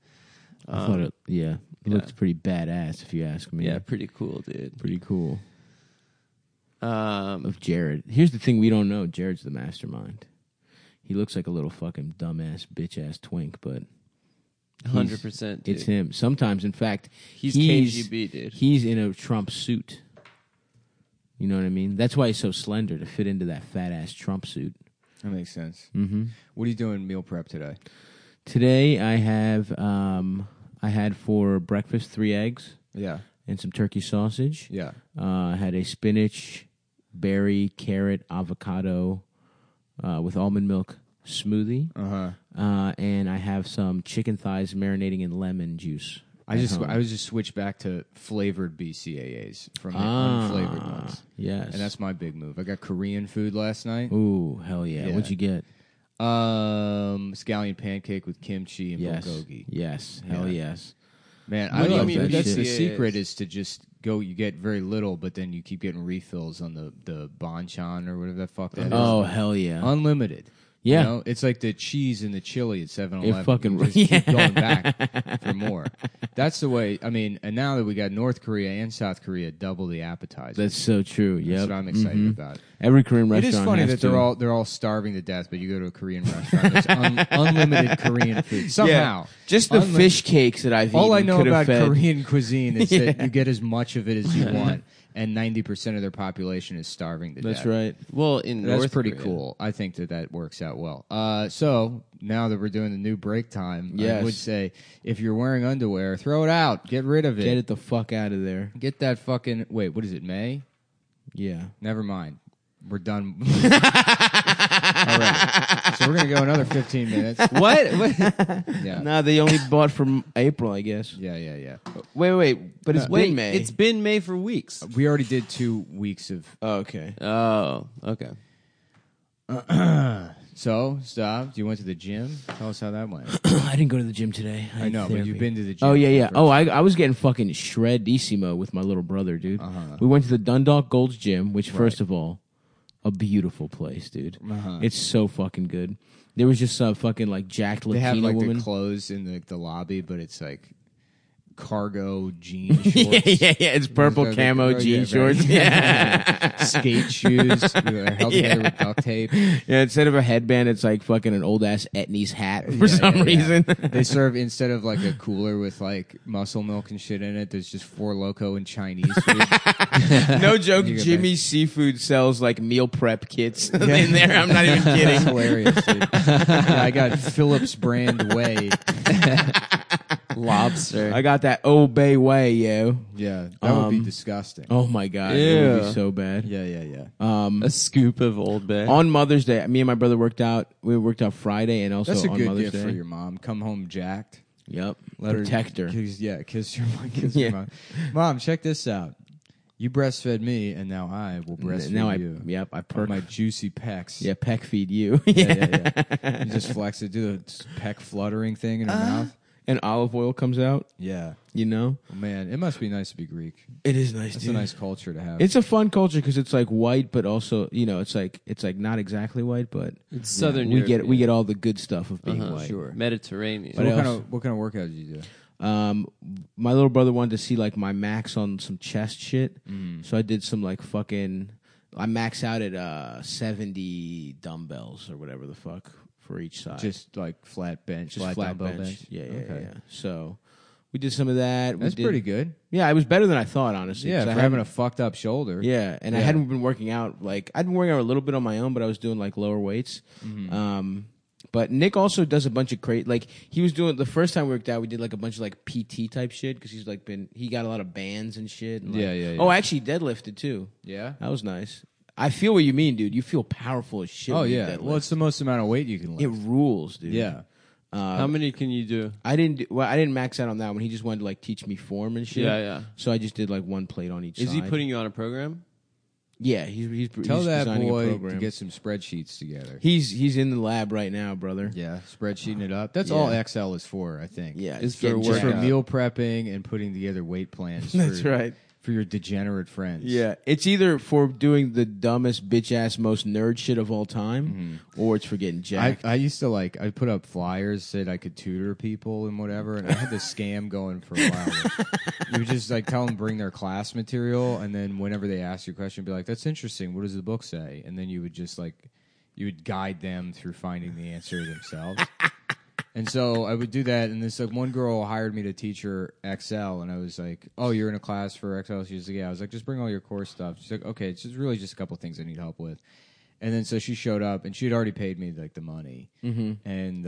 Speaker 3: I thought it, yeah, it looks pretty badass if you ask me.
Speaker 4: Yeah, pretty cool, dude.
Speaker 3: pretty cool.
Speaker 4: Um,
Speaker 3: Of Jared. Here's the thing we don't know Jared's the mastermind. He looks like a little fucking dumbass, bitch ass twink, but
Speaker 4: 100%. Dude.
Speaker 3: it's him. Sometimes, in fact,
Speaker 4: He's KGB, dude.
Speaker 3: He's in a Trump suit. You know what I mean? That's why he's so slender to fit into that fat ass Trump suit.
Speaker 2: that makes sense. Mm-hmm. What are you doing meal prep today?
Speaker 3: Today I have um I had for breakfast three eggs
Speaker 2: Yeah,
Speaker 3: and some turkey sausage.
Speaker 2: yeah.
Speaker 3: Uh, I had a spinach, berry, carrot, avocado uh, with almond milk smoothie.
Speaker 2: Uh huh.
Speaker 3: Uh, and I have some chicken thighs marinating in lemon juice.
Speaker 2: I
Speaker 3: at
Speaker 2: just
Speaker 3: home.
Speaker 2: I was just switched back to flavored BCAAs from the
Speaker 3: Ah,
Speaker 2: unflavored ones,
Speaker 3: Yes.
Speaker 2: and that's my big move. I got Korean food last night.
Speaker 3: Ooh, hell yeah.
Speaker 2: Yeah.
Speaker 3: What'd you get?
Speaker 2: Um, scallion pancake with kimchi and
Speaker 3: Yes.
Speaker 2: bulgogi.
Speaker 3: Yes. Hell
Speaker 2: Yeah.
Speaker 3: yes.
Speaker 2: Man,
Speaker 4: What
Speaker 2: I
Speaker 4: do you
Speaker 2: love
Speaker 4: mean
Speaker 2: that. That's the
Speaker 4: BCAAs?
Speaker 2: secret is to just go, you get very little, but then you keep getting refills on the the banchan or whatever the fuck that is.
Speaker 3: Oh hell yeah!
Speaker 2: unlimited.
Speaker 3: Yeah.
Speaker 2: you know? it's like the cheese and the chili at Seven Eleven.
Speaker 3: fucking-
Speaker 2: just keep going back for more. That's the way. I mean, and now that we got North Korea and South Korea, double the appetizers.
Speaker 3: That's so true.
Speaker 2: That's Mm-hmm.
Speaker 3: Yeah,
Speaker 2: what I'm excited about.
Speaker 3: Every Korean
Speaker 2: It
Speaker 3: restaurant.
Speaker 2: is funny
Speaker 3: has
Speaker 2: that they're
Speaker 3: to.
Speaker 2: all they're all starving to death, but you go to a Korean restaurant, there's un- unlimited Korean food somehow.
Speaker 3: Just the
Speaker 2: Unlimited-
Speaker 3: fish cakes that I've
Speaker 2: All I
Speaker 3: eaten
Speaker 2: know
Speaker 3: could have
Speaker 2: about
Speaker 3: fed.
Speaker 2: Korean cuisine is that you get as much of it as you want, and ninety percent of their population is starving to
Speaker 3: That's
Speaker 2: death.
Speaker 3: right.
Speaker 4: Well, in
Speaker 2: That's
Speaker 4: North
Speaker 2: pretty
Speaker 4: Korea.
Speaker 2: cool. I think that that works out well. Uh, so now that we're doing the new break time, I
Speaker 3: Yes.
Speaker 2: would say if you're wearing underwear, throw it out. Get rid of it.
Speaker 3: Get it the fuck out of there.
Speaker 2: Get that fucking wait. What is it? May?
Speaker 3: Yeah.
Speaker 2: Never mind. We're done. All right. So we're gonna go another fifteen minutes.
Speaker 3: What?
Speaker 2: Yeah.
Speaker 3: no, they only bought from April, I guess.
Speaker 2: Yeah. Yeah. Yeah.
Speaker 3: Wait, wait, wait. But it's
Speaker 4: Wait,
Speaker 3: been May.
Speaker 4: It's been May for weeks.
Speaker 2: We already did two weeks of.
Speaker 3: oh, okay.
Speaker 4: Oh, okay.
Speaker 2: So stop. You went to the gym. Tell us how that went.
Speaker 3: I didn't go to the gym today.
Speaker 2: I know, but you've been to the gym.
Speaker 3: Oh yeah, yeah. Oh, I, I was getting fucking shredissimo with my little brother, dude.
Speaker 2: Uh-huh.
Speaker 3: We went to the Dundalk Gold's Gym, which first of all, a beautiful place, dude.
Speaker 2: Uh-huh.
Speaker 3: It's so fucking good. There was just some fucking like jacked
Speaker 2: They
Speaker 3: Latina
Speaker 2: have like
Speaker 3: woman.
Speaker 2: the clothes in the, the lobby, but it's like cargo jean shorts.
Speaker 3: yeah, yeah, yeah. It's purple
Speaker 2: Those are the- oh,
Speaker 3: camo
Speaker 2: yeah,
Speaker 3: jean
Speaker 2: right.
Speaker 3: shorts. Yeah.
Speaker 2: skate shoes that are held together with duct tape.
Speaker 3: yeah. Instead of a headband, it's like fucking an old ass Etnies hat for
Speaker 2: Yeah,
Speaker 3: some
Speaker 2: yeah, yeah.
Speaker 3: reason.
Speaker 2: They serve instead of like a cooler with like muscle milk and shit in it. There's just four loco and Chinese food.
Speaker 3: no joke.
Speaker 2: You get
Speaker 3: Jimmy Seafood sells like meal prep kits in there. I'm not even
Speaker 2: That's
Speaker 3: kidding.
Speaker 2: hilarious. Dude. Yeah, I got Phillips brand way.
Speaker 4: Lobster.
Speaker 3: I got that Obey way, yo.
Speaker 2: Yeah, that would be
Speaker 3: Um,
Speaker 2: disgusting.
Speaker 3: Oh my god, it would
Speaker 4: Yeah.
Speaker 3: be so bad.
Speaker 2: Yeah, yeah, yeah.
Speaker 3: Um,
Speaker 4: a scoop of Old Bay.
Speaker 3: on Mother's Day, me and my brother worked out. We worked out Friday and also
Speaker 2: That's a
Speaker 3: on
Speaker 2: good
Speaker 3: Mother's
Speaker 2: gift
Speaker 3: Day.
Speaker 2: for your mom. Come home jacked.
Speaker 3: yep,
Speaker 2: Let her-
Speaker 3: protector.
Speaker 2: Kiss, yeah, kiss your mom. Kiss
Speaker 3: Yeah.
Speaker 2: your mom. Mom, check this out. You breastfed me, and now I will breastfeed
Speaker 3: now I,
Speaker 2: you.
Speaker 3: yep, I
Speaker 2: On
Speaker 3: perk.
Speaker 2: my juicy pecs.
Speaker 3: yeah, peck feed you.
Speaker 2: Yeah, yeah, yeah. you just flex it, do the peck fluttering thing in her
Speaker 3: Uh-huh.
Speaker 2: mouth.
Speaker 3: and olive oil comes out.
Speaker 2: Yeah, Oh,
Speaker 3: You know,
Speaker 2: man, it must be nice to be Greek.
Speaker 3: it is nice.
Speaker 2: It's a nice culture to have.
Speaker 3: It's a fun culture because it's like white, but also you know, it's like it's like not exactly white, but
Speaker 4: It's Southern
Speaker 3: we get we
Speaker 4: European.
Speaker 3: get all the good stuff of being
Speaker 4: Uh-huh.
Speaker 3: white.
Speaker 4: Mediterranean.
Speaker 2: so what
Speaker 3: What
Speaker 2: kind
Speaker 3: else?
Speaker 2: of what kind of workout did you do?
Speaker 3: Um, my little brother wanted to see like my max on some chest shit,
Speaker 2: Mm.
Speaker 3: so I did some like fucking. I max out at uh seventy dumbbells or whatever the fuck for each side.
Speaker 2: Just like flat bench,
Speaker 3: Just
Speaker 2: flat,
Speaker 3: flat
Speaker 2: dumbbell
Speaker 3: bench.
Speaker 2: bench.
Speaker 3: Yeah, yeah,
Speaker 2: Okay.
Speaker 3: yeah. So we did some of that. We
Speaker 2: That's
Speaker 3: did-
Speaker 2: pretty good.
Speaker 3: Yeah, it was better than I thought, honestly.
Speaker 2: Yeah,
Speaker 3: 'cause
Speaker 2: for
Speaker 3: I
Speaker 2: having
Speaker 3: hadn't-
Speaker 2: a fucked up shoulder.
Speaker 3: yeah, and I
Speaker 2: Yeah.
Speaker 3: hadn't been working out like I'd been working out a little bit on my own, but I was doing like lower weights.
Speaker 2: Mm-hmm.
Speaker 3: Um, but Nick also does a bunch of crazy. Like he was doing the first time we worked out, we did like a bunch of like PT type shit because he's like been he got a lot of bands and shit. and, like-
Speaker 2: Yeah, yeah, yeah.
Speaker 3: Oh, I actually deadlifted too.
Speaker 2: yeah.
Speaker 3: That was nice. I feel what you mean, dude. You feel powerful as shit.
Speaker 2: Oh
Speaker 3: when you
Speaker 2: yeah.
Speaker 3: deadlift.
Speaker 2: Well, it's the most amount of weight you can
Speaker 3: it
Speaker 2: lift.
Speaker 3: rules, dude. Um,
Speaker 2: yeah. Um,
Speaker 4: How many can you do?
Speaker 3: I didn't. Do, well, I didn't max out on that one. He just wanted to like teach me form and shit.
Speaker 4: Yeah, yeah.
Speaker 3: So I just did like one plate on each.
Speaker 4: Is he
Speaker 3: side.
Speaker 4: putting you on a program?
Speaker 3: Yeah, he's he's
Speaker 2: Tell
Speaker 3: he's
Speaker 2: that
Speaker 3: designing a
Speaker 2: boy to
Speaker 3: program.
Speaker 2: get some spreadsheets together.
Speaker 3: He's he's in the lab right now, brother.
Speaker 2: Yeah, spreadsheeting it up. That's
Speaker 3: Yeah.
Speaker 2: all XL is for, I think.
Speaker 3: Yeah,
Speaker 4: It's
Speaker 3: getting
Speaker 4: for
Speaker 3: jacked
Speaker 2: Just for
Speaker 4: workout.
Speaker 3: up.
Speaker 2: meal prepping and putting together weight plans. For,
Speaker 3: That's right.
Speaker 2: For your degenerate friends.
Speaker 3: Yeah, it's either for doing the dumbest bitch ass, most nerd shit of all time, or it's for getting
Speaker 2: Mm-hmm. I,
Speaker 3: jacked.
Speaker 2: I used to like I put up flyers that I could tutor people and whatever, and I had this scam going for a while. you would just like tell them bring their class material, and then whenever they ask you a question, be like, "That's interesting. What does the book say?" And then you would just like you would guide them through finding the answer themselves. And so I would do that, and this like one girl hired me to teach her Excel, and I was like, "Oh, you're in a class for Excel?" She was like, "Yeah." I was like, "Just bring all your core stuff." She's like, "Okay, it's just really just a couple things I need help with." And then so she showed up, and she had already paid me like the money, mm-hmm. and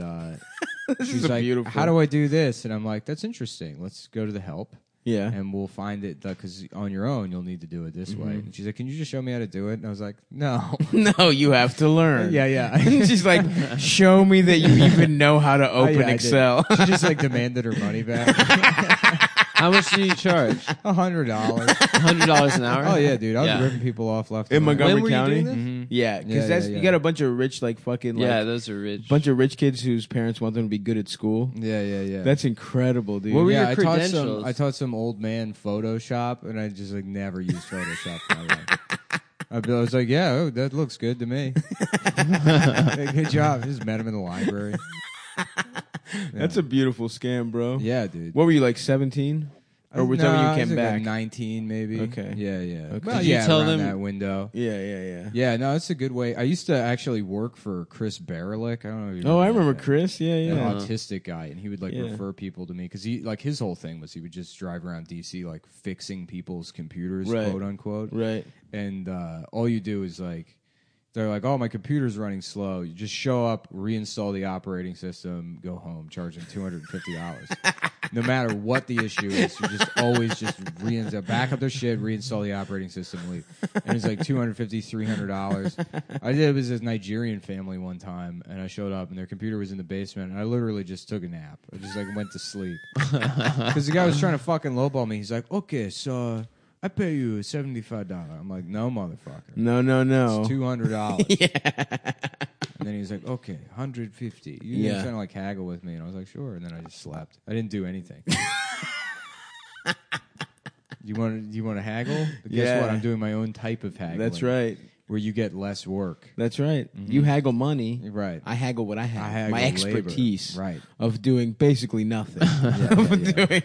Speaker 2: uh, she's
Speaker 3: a
Speaker 2: like,
Speaker 3: beautiful-
Speaker 2: "How do I do this?" And I'm like, "That's interesting. Let's go to the help."
Speaker 3: yeah,
Speaker 2: And we'll find it because on your own you'll need to do it this way.
Speaker 3: Mm-hmm.
Speaker 2: And she's like, "Can you just show me how to do it?" And I was like, "No,
Speaker 3: no, you have to learn.
Speaker 2: yeah, yeah."
Speaker 3: she's like, show me that you even know how to
Speaker 2: Oh,
Speaker 3: open
Speaker 2: yeah, I did.
Speaker 3: Excel.
Speaker 2: She just like demanded her money back.
Speaker 4: How much do you charge?
Speaker 2: A hundred dollars.
Speaker 4: Hundred dollars an hour.
Speaker 2: oh yeah, dude, I was
Speaker 4: Yeah.
Speaker 2: ripping people off left.
Speaker 3: in
Speaker 2: and right.
Speaker 3: Montgomery
Speaker 4: When were you
Speaker 3: County.
Speaker 4: doing this?
Speaker 3: Yeah, because
Speaker 2: Mm-hmm. Yeah, yeah,
Speaker 3: that's
Speaker 2: yeah.
Speaker 3: you got a bunch of rich like fucking like
Speaker 4: yeah, those are rich.
Speaker 3: bunch of rich kids whose parents want them to be good at school.
Speaker 2: Yeah, yeah, yeah.
Speaker 3: That's incredible, dude.
Speaker 4: What were
Speaker 2: yeah,
Speaker 4: your
Speaker 2: I taught
Speaker 4: credentials?
Speaker 2: some. I taught some old man Photoshop, and I just like never used Photoshop. in my life. I be- I was like, yeah, oh, that looks good to me. Hey, good job. Just met him in the library.
Speaker 3: That's a beautiful scam, bro.
Speaker 2: Yeah, dude.
Speaker 3: What were you like, seventeen? Or was that
Speaker 2: Nah,
Speaker 3: when
Speaker 2: I
Speaker 3: you
Speaker 2: was
Speaker 3: came
Speaker 2: like a
Speaker 3: back?
Speaker 2: Nineteen, maybe.
Speaker 3: Okay.
Speaker 2: Yeah, yeah.
Speaker 3: Okay.
Speaker 2: Well,
Speaker 4: Did you
Speaker 2: yeah,
Speaker 4: tell
Speaker 2: around
Speaker 4: them-
Speaker 2: that window.
Speaker 3: Yeah, yeah, yeah.
Speaker 2: Yeah, no, that's a good way. I used to actually work for Chris Barilick. I don't know. If you
Speaker 3: Oh, I
Speaker 2: that
Speaker 3: remember
Speaker 2: guy.
Speaker 3: Chris. Yeah, yeah.
Speaker 2: An autistic guy, and he would like
Speaker 3: Yeah.
Speaker 2: refer people to me because he like his whole thing was he would just drive around DC like fixing people's computers,
Speaker 3: Right.
Speaker 2: quote unquote.
Speaker 3: Right.
Speaker 2: And uh, all you do is like they're like, oh, my computer's running slow. You just show up, reinstall the operating system, go home, charge them two hundred and fifty dollars. No matter what the issue is, you just always just reinstall, back up their shit, reinstall the operating system, leave. And it's like $250, $300. I did it was this Nigerian family one time, and I showed up, and their computer was in the basement, and I literally just took a nap. I just like went to sleep. Because the guy was trying to fucking lowball me. He's like, okay, so I pay you $75. I'm like, no, motherfucker.
Speaker 3: No, no, no.
Speaker 2: It's two hundred dollars. yeah. And then he was like, "Okay, hundred fifty. You
Speaker 3: Yeah.
Speaker 2: were trying to like haggle with me?" And I was like, "Sure." And then I just slapped. I didn't do anything. you want you want to haggle? But guess
Speaker 3: Yeah.
Speaker 2: what? I'm doing my own type of haggling.
Speaker 3: That's right.
Speaker 2: Where you get less work.
Speaker 3: That's right. You haggle money.
Speaker 2: Right.
Speaker 3: I haggle what I have.
Speaker 2: I haggle
Speaker 3: my
Speaker 2: labor.
Speaker 3: expertise.
Speaker 2: Right.
Speaker 3: Of doing basically nothing. of doing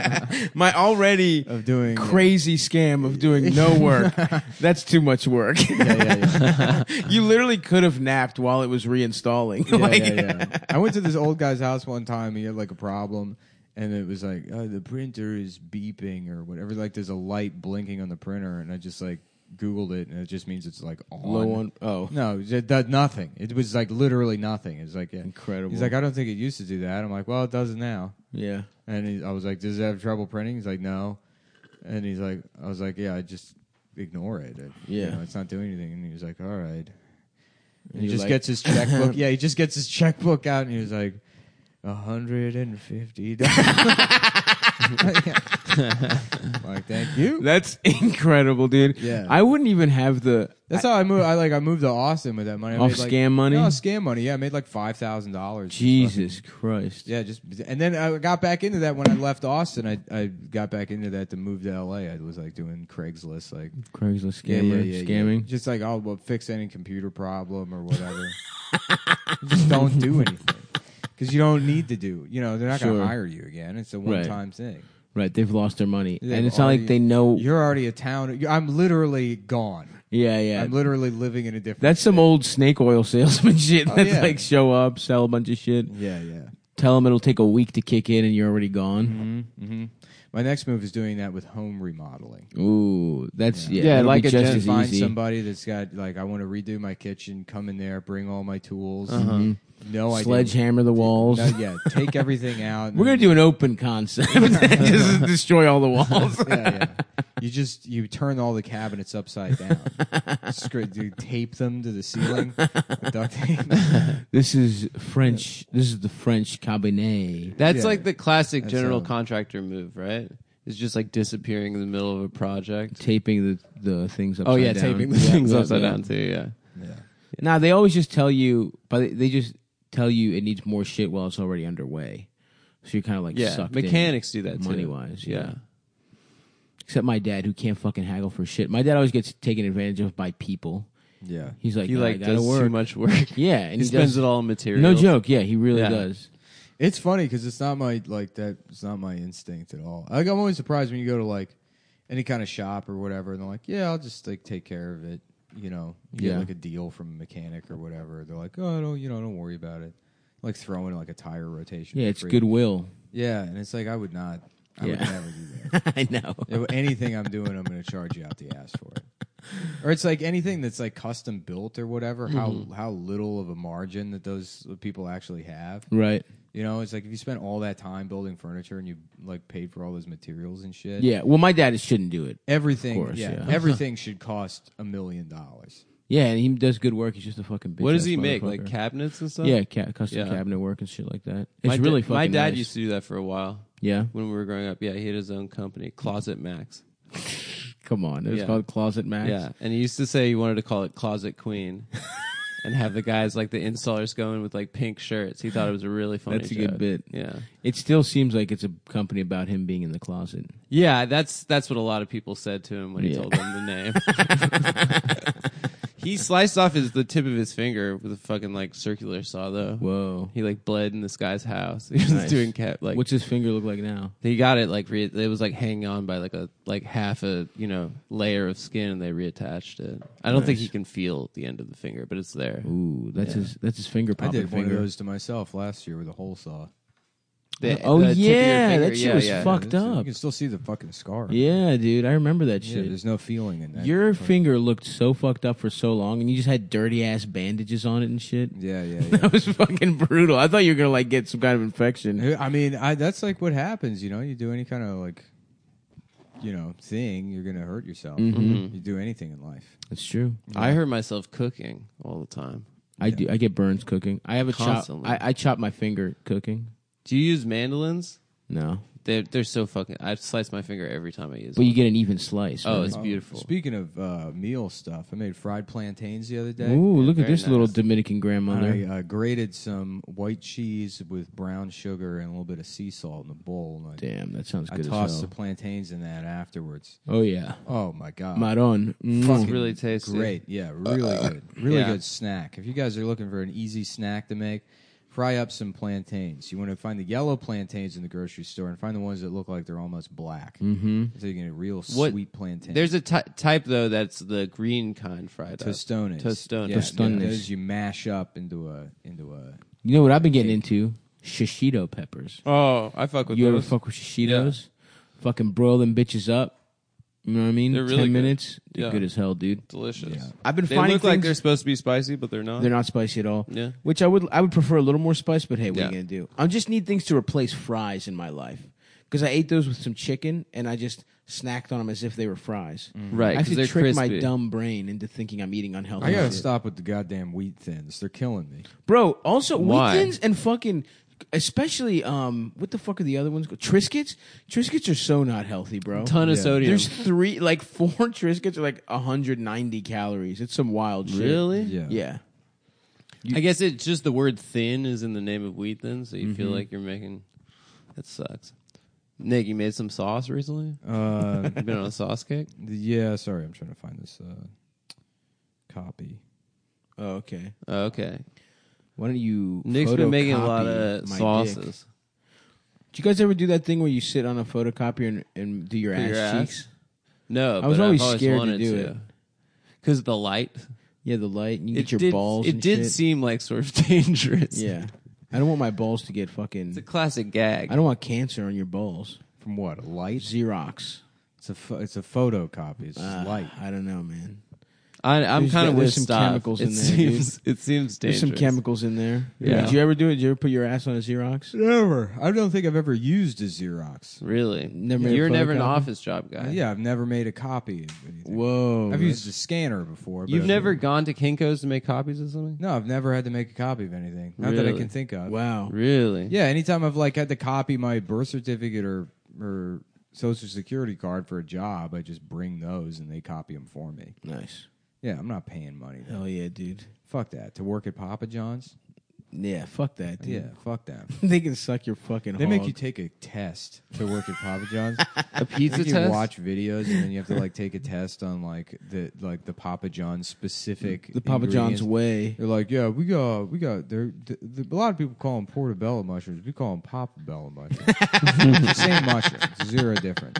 Speaker 3: my already
Speaker 2: Of doing-
Speaker 3: crazy scam of doing no work. That's too much work.
Speaker 2: Yeah, yeah, yeah.
Speaker 3: you literally could have napped while it was reinstalling.
Speaker 2: yeah,
Speaker 3: Like-
Speaker 2: yeah, yeah. I went to this old guy's house one time. He had like a problem, and it was like oh, the printer is beeping or whatever. Like there's a light blinking on the printer, and I just like Googled it, and it just means it's like on.
Speaker 3: Low on. Oh.
Speaker 2: No, it does nothing. It was like literally nothing. It was like yeah.
Speaker 3: Incredible.
Speaker 2: He's like, I don't think it used to do that. I'm like, well, it does now.
Speaker 3: Yeah.
Speaker 2: And he, I was like, does it have trouble printing? He's like, no. And he's like, I was like, yeah, I just ignore it. It- you
Speaker 3: Yeah.
Speaker 2: know, it's not doing anything. And he was like, all right. And he
Speaker 3: you're
Speaker 2: just
Speaker 3: like-
Speaker 2: gets his checkbook. yeah, he just gets his checkbook out, and he was like, hundred and fifty dollars. like, thank you.
Speaker 3: That's incredible, dude.
Speaker 2: Yeah.
Speaker 3: I wouldn't even have the.
Speaker 2: That's how I moved. I like I moved to Austin with that money. I
Speaker 3: Off
Speaker 2: made, like-
Speaker 3: scam money?
Speaker 2: No, scam money. Yeah, I made like five thousand dollars.
Speaker 3: Jesus Christ.
Speaker 2: Yeah, just and then I got back into that when I left Austin. I I got back into that to move to LA. I was like doing Craigslist, like
Speaker 3: Craigslist
Speaker 2: yeah,
Speaker 3: scammer.
Speaker 2: yeah, yeah, yeah.
Speaker 3: scamming.
Speaker 2: just like oh, well, fix any computer problem or whatever. just don't do anything because you don't need to do. You know, they're not going
Speaker 3: Sure.
Speaker 2: to hire you again. It's a one time thing.
Speaker 3: Right. They've lost their money.
Speaker 2: They've
Speaker 3: and it's not
Speaker 2: already-
Speaker 3: like they know.
Speaker 2: You're already a town. you- I'm literally gone.
Speaker 3: Yeah, yeah.
Speaker 2: I'm literally living in a different.
Speaker 3: That's some old snake oil salesman shit. That's
Speaker 2: yeah.
Speaker 3: like show up, sell a bunch of shit,
Speaker 2: yeah, yeah.
Speaker 3: tell them it'll take a week to kick in, and you're already gone.
Speaker 2: hmm My next move is doing that with home remodeling.
Speaker 3: Ooh, that's Mm-hmm. yeah,
Speaker 4: Yeah,
Speaker 3: that'll
Speaker 4: like
Speaker 3: be
Speaker 4: a
Speaker 3: just
Speaker 4: gen-
Speaker 3: as
Speaker 2: find
Speaker 3: easy.
Speaker 2: somebody that's got like I want to redo my kitchen. Come in there, bring all my tools. No idea.
Speaker 3: Uh-huh. Sledgehammer the walls.
Speaker 2: No, yeah, take everything out. and
Speaker 3: We're gonna
Speaker 2: then-
Speaker 3: do an open concept. just destroy all the walls.
Speaker 2: Yeah, yeah. You just you turn all the cabinets upside down. Screw, you tape them to the ceiling. with duct tape.
Speaker 3: this is French. This is the French cabinet.
Speaker 4: That's
Speaker 2: Yeah.
Speaker 4: like the classic
Speaker 2: That's
Speaker 4: general
Speaker 3: uh,
Speaker 2: how-
Speaker 4: contractor move, right? It's just like disappearing in the middle of a project.
Speaker 3: Taping the, the things upside
Speaker 4: oh yeah,
Speaker 3: down.
Speaker 4: taping the
Speaker 3: Yeah,
Speaker 4: things
Speaker 3: yeah,
Speaker 4: upside
Speaker 3: yeah.
Speaker 4: down too. Yeah.
Speaker 3: Nah, they always just tell you, but they- they just tell you it needs more shit while it's already underway. So you're kind of like
Speaker 4: Yeah.
Speaker 3: sucked in.
Speaker 4: Mechanics do that too.
Speaker 3: money-wise,
Speaker 4: Yeah.
Speaker 3: yeah. Except my dad, who can't fucking haggle for shit. My dad always gets taken advantage of by people.
Speaker 2: Yeah.
Speaker 3: He's like,
Speaker 4: He
Speaker 3: "Nah, I
Speaker 4: like
Speaker 3: gotta
Speaker 4: does
Speaker 3: work.
Speaker 4: too much work.
Speaker 3: Yeah, and
Speaker 4: he
Speaker 3: he
Speaker 4: spends
Speaker 3: does-
Speaker 4: it all on material.
Speaker 3: No joke. Yeah, he really
Speaker 4: Yeah.
Speaker 3: does.
Speaker 2: It's funny because it's not my like that. It's not my instinct at all. Like I'm always surprised when you go to like any kind of shop or whatever, and they're like, "Yeah, I'll just like take care of it." You know, you get
Speaker 3: Yeah.
Speaker 2: like a deal from a mechanic or whatever. They're like, "Oh, don't you know, don't worry about it." Like throwing like a tire rotation.
Speaker 3: Yeah,
Speaker 2: for
Speaker 3: it's
Speaker 2: free.
Speaker 3: goodwill.
Speaker 2: Yeah, and it's like I would not. I would
Speaker 3: Yeah.
Speaker 2: never do that.
Speaker 3: I know.
Speaker 2: If anything I'm doing, I'm going to charge you out the ass for it. Or it's like anything that's like custom built or whatever.
Speaker 3: Mm-hmm.
Speaker 2: How how little of a margin that those people actually have.
Speaker 3: Right.
Speaker 2: You know, it's like if you spent all that time building furniture and you like paid for all those materials and shit.
Speaker 3: Yeah. Well, my dad shouldn't do it.
Speaker 2: Everything,
Speaker 3: Of course,
Speaker 2: yeah,
Speaker 3: yeah.
Speaker 2: everything should cost a million dollars.
Speaker 3: Yeah, and he does good work. He's just a fucking bitch.
Speaker 4: What does
Speaker 3: ass
Speaker 4: he make? Like
Speaker 3: motherfucker.
Speaker 4: cabinets and stuff?
Speaker 3: yeah, ca- custom
Speaker 4: Yeah.
Speaker 3: cabinet work and shit like that. It's
Speaker 4: My da-
Speaker 3: really fucking.
Speaker 4: My dad
Speaker 3: nice.
Speaker 4: used to do that for a while.
Speaker 3: Yeah.
Speaker 4: when we were growing up. Yeah, he had his own company, Closet Max.
Speaker 3: Come on. It was
Speaker 4: Yeah.
Speaker 3: called Closet Max.
Speaker 4: Yeah, and he used to say he wanted to call it Closet Queen, and have the guys like the installers going with like pink shirts. He thought it was a really funny.
Speaker 3: That's a good
Speaker 4: joke.
Speaker 3: bit.
Speaker 4: Yeah,
Speaker 3: It still seems like it's a company about him being in the closet.
Speaker 4: yeah. That's that's what a lot of people said to him when he
Speaker 3: Yeah.
Speaker 4: told them the name. he sliced off his the tip of his finger with a fucking like circular saw though.
Speaker 3: Whoa.
Speaker 4: He like bled in this guy's house. He was
Speaker 3: Nice.
Speaker 4: doing cat like
Speaker 3: What's his finger look like now?
Speaker 4: They got it like re- it was like hanging on by like a like half a you know layer of skin, and they reattached it. I don't think
Speaker 3: Nice.
Speaker 4: he can feel the end of the finger, but it's there.
Speaker 3: Ooh, that's
Speaker 4: Yeah.
Speaker 3: his that's his finger
Speaker 2: I
Speaker 3: popping
Speaker 2: did one
Speaker 3: finger.
Speaker 2: of those to myself last year with a hole saw.
Speaker 4: The-
Speaker 3: Oh,
Speaker 4: the tip of your
Speaker 3: yeah,
Speaker 4: finger,
Speaker 3: that shit was Fucked
Speaker 2: It's- You
Speaker 3: up.
Speaker 2: can still see the fucking scar.
Speaker 3: Yeah, dude, I remember that
Speaker 2: Yeah,
Speaker 3: shit.
Speaker 2: there's no feeling in that.
Speaker 3: Your
Speaker 2: Fucking-
Speaker 3: finger looked so fucked up for so long, and you just had dirty ass bandages on it and shit.
Speaker 2: Yeah, yeah, yeah.
Speaker 3: That was fucking brutal. I thought you were gonna like get some kind of infection.
Speaker 2: I mean, I, that's like what happens. You know, you do any kind of like, you know, thing, you're gonna hurt yourself.
Speaker 3: Mm-hmm.
Speaker 2: You do anything in life.
Speaker 3: That's true.
Speaker 4: I hurt myself cooking all the time.
Speaker 3: I do. I get burns cooking. I have a
Speaker 4: Constantly.
Speaker 3: chop. I, I chop my finger cooking.
Speaker 4: Do you use mandolins?
Speaker 3: No,
Speaker 4: They're they're so fucking. I slice my finger every time I use.
Speaker 3: but you
Speaker 4: one.
Speaker 3: get an even slice.
Speaker 4: oh,
Speaker 3: right?
Speaker 4: it's
Speaker 2: Oh,
Speaker 4: beautiful.
Speaker 2: Speaking of uh, meal stuff, I made fried plantains the other day.
Speaker 3: Ooh, look at
Speaker 4: very
Speaker 3: this little
Speaker 4: nice.
Speaker 3: Dominican
Speaker 2: I
Speaker 3: grandmother.
Speaker 2: uh, grated some white cheese with brown sugar and a little bit of sea salt in a bowl. And I,
Speaker 3: Damn, that sounds
Speaker 2: I
Speaker 3: good as
Speaker 2: tossed the
Speaker 3: hell.
Speaker 2: plantains in that afterwards.
Speaker 3: Oh yeah,
Speaker 2: Oh my god,
Speaker 3: Maron. Mm.
Speaker 2: Fucking
Speaker 4: really tasty. Uh,
Speaker 2: Great, yeah, really good, really
Speaker 4: Yeah.
Speaker 2: good snack. If you guys are looking for an easy snack to make, fry up some plantains. You want to find the yellow plantains in the grocery store and find the ones that look like they're almost black. Mm-hmm. So you get a real
Speaker 4: What-
Speaker 2: sweet plantain.
Speaker 4: There's a ty- type though that's the green kind fried up.
Speaker 2: tostones.
Speaker 4: Tostones.
Speaker 2: yeah,
Speaker 3: Tostones.
Speaker 2: yeah, those you mash up into a into a.
Speaker 3: You know what I've been getting into? Shishito peppers.
Speaker 4: Oh, I fuck with
Speaker 3: You ever
Speaker 4: those.
Speaker 3: fuck with Shishitos? Fucking broil them bitches up. You know what I mean?
Speaker 4: They're really
Speaker 3: Ten
Speaker 4: good.
Speaker 3: minutes. They're
Speaker 4: Yeah.
Speaker 3: good as hell, dude.
Speaker 4: Delicious.
Speaker 3: I've been
Speaker 4: They
Speaker 3: finding
Speaker 4: look like
Speaker 3: things-
Speaker 4: they're supposed to be spicy, but they're not.
Speaker 3: They're not spicy at all.
Speaker 4: Yeah.
Speaker 3: Which I would I would prefer a little more spice, but hey, what are
Speaker 4: Yeah.
Speaker 3: you gonna do? I just need things to replace fries in my life. Because I ate those with some chicken and I just snacked on them as if they were fries.
Speaker 4: Right,
Speaker 3: I
Speaker 4: 'cause
Speaker 3: actually
Speaker 4: they're
Speaker 3: tricked my
Speaker 4: crispy.
Speaker 3: dumb brain into thinking I'm eating unhealthy.
Speaker 2: I gotta
Speaker 3: shit.
Speaker 2: stop with the goddamn wheat thins. They're killing me.
Speaker 3: Bro, also
Speaker 4: Why?
Speaker 3: weekends and fucking especially um what the fuck are the other ones called? Triscuits? Triscuits are so not healthy, bro.
Speaker 4: Ton of
Speaker 2: Yeah.
Speaker 4: sodium.
Speaker 3: There's three, like four Triscuits are like 190 calories. It's some wild shit.
Speaker 4: really?
Speaker 2: Yeah.
Speaker 3: Yeah.
Speaker 4: I guess it's just the word thin is in the name of wheat thin, so you feel
Speaker 3: Mm-hmm.
Speaker 4: like you're making. That sucks. Nick, you made some sauce recently?
Speaker 2: Uh,
Speaker 4: you been on a sauce kick?
Speaker 2: yeah, sorry, I'm trying to find this uh, copy.
Speaker 3: Oh, okay.
Speaker 4: Oh, okay.
Speaker 3: Why don't you?
Speaker 4: Nick's been making a lot
Speaker 3: photocopy
Speaker 4: of
Speaker 3: my dick?
Speaker 4: sauces.
Speaker 3: Do you guys ever do that thing where you sit on a photocopier and, and do your
Speaker 4: For
Speaker 3: ass
Speaker 4: your ass?
Speaker 3: cheeks?
Speaker 4: No,
Speaker 3: was
Speaker 4: but
Speaker 3: always
Speaker 4: I've always
Speaker 3: scared to
Speaker 4: wanted
Speaker 3: do it.
Speaker 4: Because of the light.
Speaker 3: Yeah, the light and you
Speaker 4: it
Speaker 3: get your
Speaker 4: did,
Speaker 3: balls.
Speaker 4: It
Speaker 3: and
Speaker 4: did
Speaker 3: shit.
Speaker 4: seem like sort of dangerous.
Speaker 3: Yeah, I don't want my balls to get
Speaker 4: It's a
Speaker 3: fucking.
Speaker 4: classic gag.
Speaker 3: I don't want cancer on your balls.
Speaker 2: From what? A light?
Speaker 3: Xerox.
Speaker 2: It's a pho- it's a photocopy. It's just
Speaker 3: Ah,
Speaker 2: light.
Speaker 3: I don't know, man.
Speaker 4: I, I'm
Speaker 3: There's
Speaker 4: kind
Speaker 3: that- there's
Speaker 4: of with
Speaker 3: some
Speaker 4: stuff.
Speaker 3: chemicals
Speaker 4: it
Speaker 3: in there, dude.
Speaker 4: Seems, it seems
Speaker 3: There's
Speaker 4: dangerous.
Speaker 3: some chemicals in there.
Speaker 4: Yeah.
Speaker 3: Did you ever do it? Did you ever put your ass on a Xerox?
Speaker 2: Never. I don't think I've ever used a Xerox. Uh,
Speaker 4: Really?
Speaker 3: Never made a
Speaker 4: You're never an
Speaker 3: photocopy?
Speaker 4: office job guy.
Speaker 2: Yeah, I've never made a copy of anything.
Speaker 3: Whoa.
Speaker 2: I've used a scanner before. But
Speaker 4: You've
Speaker 2: I've
Speaker 4: never gone to Kinko's to make copies of something?
Speaker 2: No, I've never had to make a copy of anything. Not that I
Speaker 4: Really?
Speaker 2: can think of.
Speaker 3: wow.
Speaker 4: Really?
Speaker 2: Yeah, anytime I've like had to copy my birth certificate or or social security card for a job, I just bring those and they copy them for me.
Speaker 3: Nice.
Speaker 2: Yeah, I'm not paying money.
Speaker 3: Hell yeah, dude.
Speaker 2: Fuck that. To work at Papa John's?
Speaker 3: Yeah, fuck that, dude.
Speaker 2: Yeah, fuck that.
Speaker 3: they can suck your fucking.
Speaker 2: They make
Speaker 3: hog.
Speaker 2: you take a test to work at Papa John's.
Speaker 4: A
Speaker 2: I
Speaker 4: pizza
Speaker 2: think you
Speaker 4: test?
Speaker 2: watch videos and then you have to like take a test on like the like the Papa John's specific
Speaker 3: the Papa John's
Speaker 2: ingredients.
Speaker 3: way.
Speaker 2: They're like, yeah, we got we got there. Th- th- a lot of people call them portobello mushrooms. We call them papabella mushrooms. It's the same mushrooms, zero difference.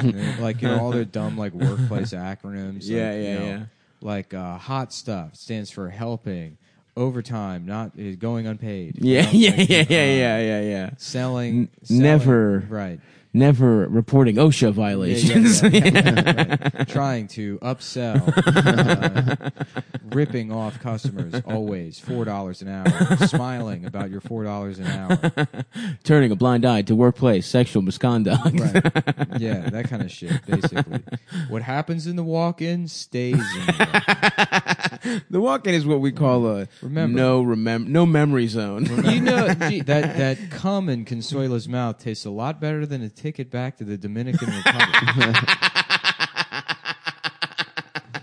Speaker 2: they're like you know all their dumb like workplace acronyms.
Speaker 3: Yeah,
Speaker 2: like, you
Speaker 3: yeah,
Speaker 2: know,
Speaker 3: yeah.
Speaker 2: Like uh, hot stuff stands for helping, overtime, not is going unpaid.
Speaker 3: Yeah,
Speaker 2: Not
Speaker 3: yeah,
Speaker 2: making
Speaker 3: yeah, yeah,
Speaker 2: time.
Speaker 3: yeah, yeah, yeah.
Speaker 2: Selling,
Speaker 3: N- never.
Speaker 2: selling- right.
Speaker 3: never reporting OSHA violations.
Speaker 2: Yeah, yeah, yeah. Right. Trying to upsell, uh, ripping off customers always four dollars an hour, smiling about your four dollars an hour.
Speaker 3: Turning a blind eye to workplace sexual misconduct.
Speaker 2: Right? Yeah, that kind of shit. Basically, what happens in the walk-in stays. in the
Speaker 3: The walk-in is what we call a
Speaker 2: Remember.
Speaker 3: no remem- no memory zone.
Speaker 2: You know that that cum in Consuela's mouth tastes a lot better than a ticket back to the Dominican Republic.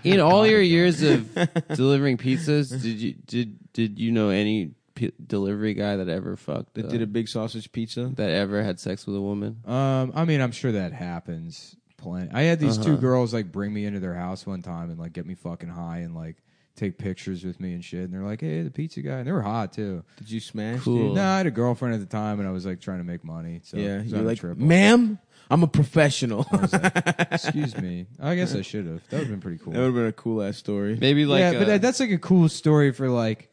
Speaker 4: In all your years of delivering pizzas, did you did did you know any p- delivery guy that ever fucked
Speaker 3: that
Speaker 4: uh,
Speaker 3: did a big sausage pizza.
Speaker 4: that ever had sex with a woman?
Speaker 2: um, I mean, I'm sure that happens. Plenty. I had these
Speaker 3: Uh-huh.
Speaker 2: two girls like bring me into their house one time and like get me fucking high and like take pictures with me and shit. And they're like, "Hey, the pizza guy," and they were hot too.
Speaker 3: Did you smash?
Speaker 4: Cool.
Speaker 2: No, I had a girlfriend at the time, and I was like trying to make money. So
Speaker 3: dude? Yeah,
Speaker 2: it was
Speaker 3: you're
Speaker 2: on a
Speaker 3: like,
Speaker 2: triple.
Speaker 3: ma'am, I'm a professional.
Speaker 2: I was like, Excuse me. I guess I should have. That would have been pretty cool.
Speaker 3: That would have been a cool ass story.
Speaker 4: Maybe like
Speaker 2: yeah, but
Speaker 4: uh,
Speaker 2: that, that's like a cool story for like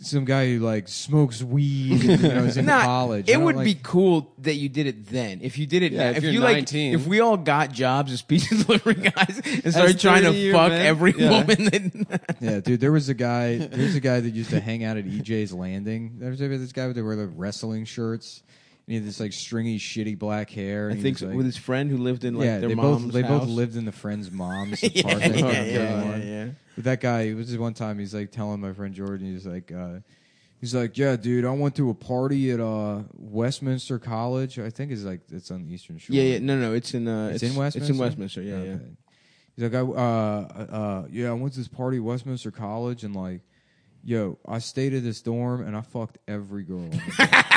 Speaker 2: some guy who like smokes weed. And, you know, is in
Speaker 3: Nah,
Speaker 2: college. I
Speaker 3: It
Speaker 2: don't
Speaker 3: would
Speaker 2: like-
Speaker 3: be cool that you did it then. If you did it,
Speaker 4: Yeah,
Speaker 3: now,
Speaker 4: if
Speaker 3: if,
Speaker 4: you're
Speaker 3: you
Speaker 4: 19.
Speaker 3: like, if we all got jobs as pizza delivery guys and started
Speaker 4: 30
Speaker 3: trying to
Speaker 4: year
Speaker 3: fuck
Speaker 4: men.
Speaker 3: every
Speaker 4: Yeah.
Speaker 3: woman, that,
Speaker 2: Yeah, dude. There was a guy. There's a guy that used to hang out at EJ's Landing. There was this guy that wore like wrestling shirts. And he had this like stringy, shitty black hair. And
Speaker 3: I
Speaker 2: he
Speaker 3: think
Speaker 2: was, like,
Speaker 3: with his friend who lived in like
Speaker 2: yeah,
Speaker 3: their
Speaker 2: they
Speaker 3: mom's
Speaker 2: both they
Speaker 3: house.
Speaker 2: both lived in the friend's mom's
Speaker 3: Yeah,
Speaker 2: apartment.
Speaker 3: yeah,
Speaker 2: or whatever
Speaker 3: yeah,
Speaker 2: they were.
Speaker 3: yeah, yeah.
Speaker 2: But that guy, it was just one time he's like telling my friend Jordan, he's like, uh, he's like, yeah, dude, I went to a party at uh, Westminster College. I think it's like it's on the Eastern Shore.
Speaker 3: Yeah, yeah, no, no, it's in uh,
Speaker 2: It's, in Westminster.
Speaker 3: It's in Westminster, yeah, yeah.
Speaker 2: He's like, I, uh, uh, yeah, I went to this party at Westminster College, and like, yo, I stayed at this dorm, and I fucked every girl.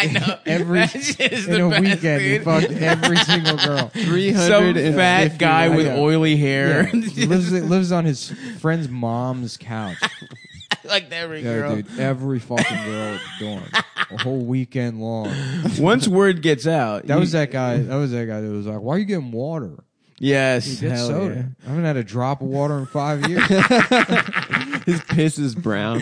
Speaker 3: I know.
Speaker 2: Every in a weekend, he fucked every single girl.
Speaker 4: 300
Speaker 3: Some
Speaker 4: and
Speaker 3: fat guy with
Speaker 2: Yeah.
Speaker 3: oily hair,
Speaker 2: Yeah, lives lives on his friend's mom's couch.
Speaker 3: like every
Speaker 2: Yeah,
Speaker 3: girl.
Speaker 2: dude, every fucking girl at the dorm, a whole weekend long.
Speaker 3: Once word gets out,
Speaker 2: That
Speaker 3: you-
Speaker 2: was that guy. That was that guy that was like, "Why are you getting water?
Speaker 3: yes,
Speaker 2: Get
Speaker 3: hell
Speaker 2: soda.
Speaker 3: yeah.
Speaker 2: I haven't had a drop of water in five years."
Speaker 4: his piss is brown.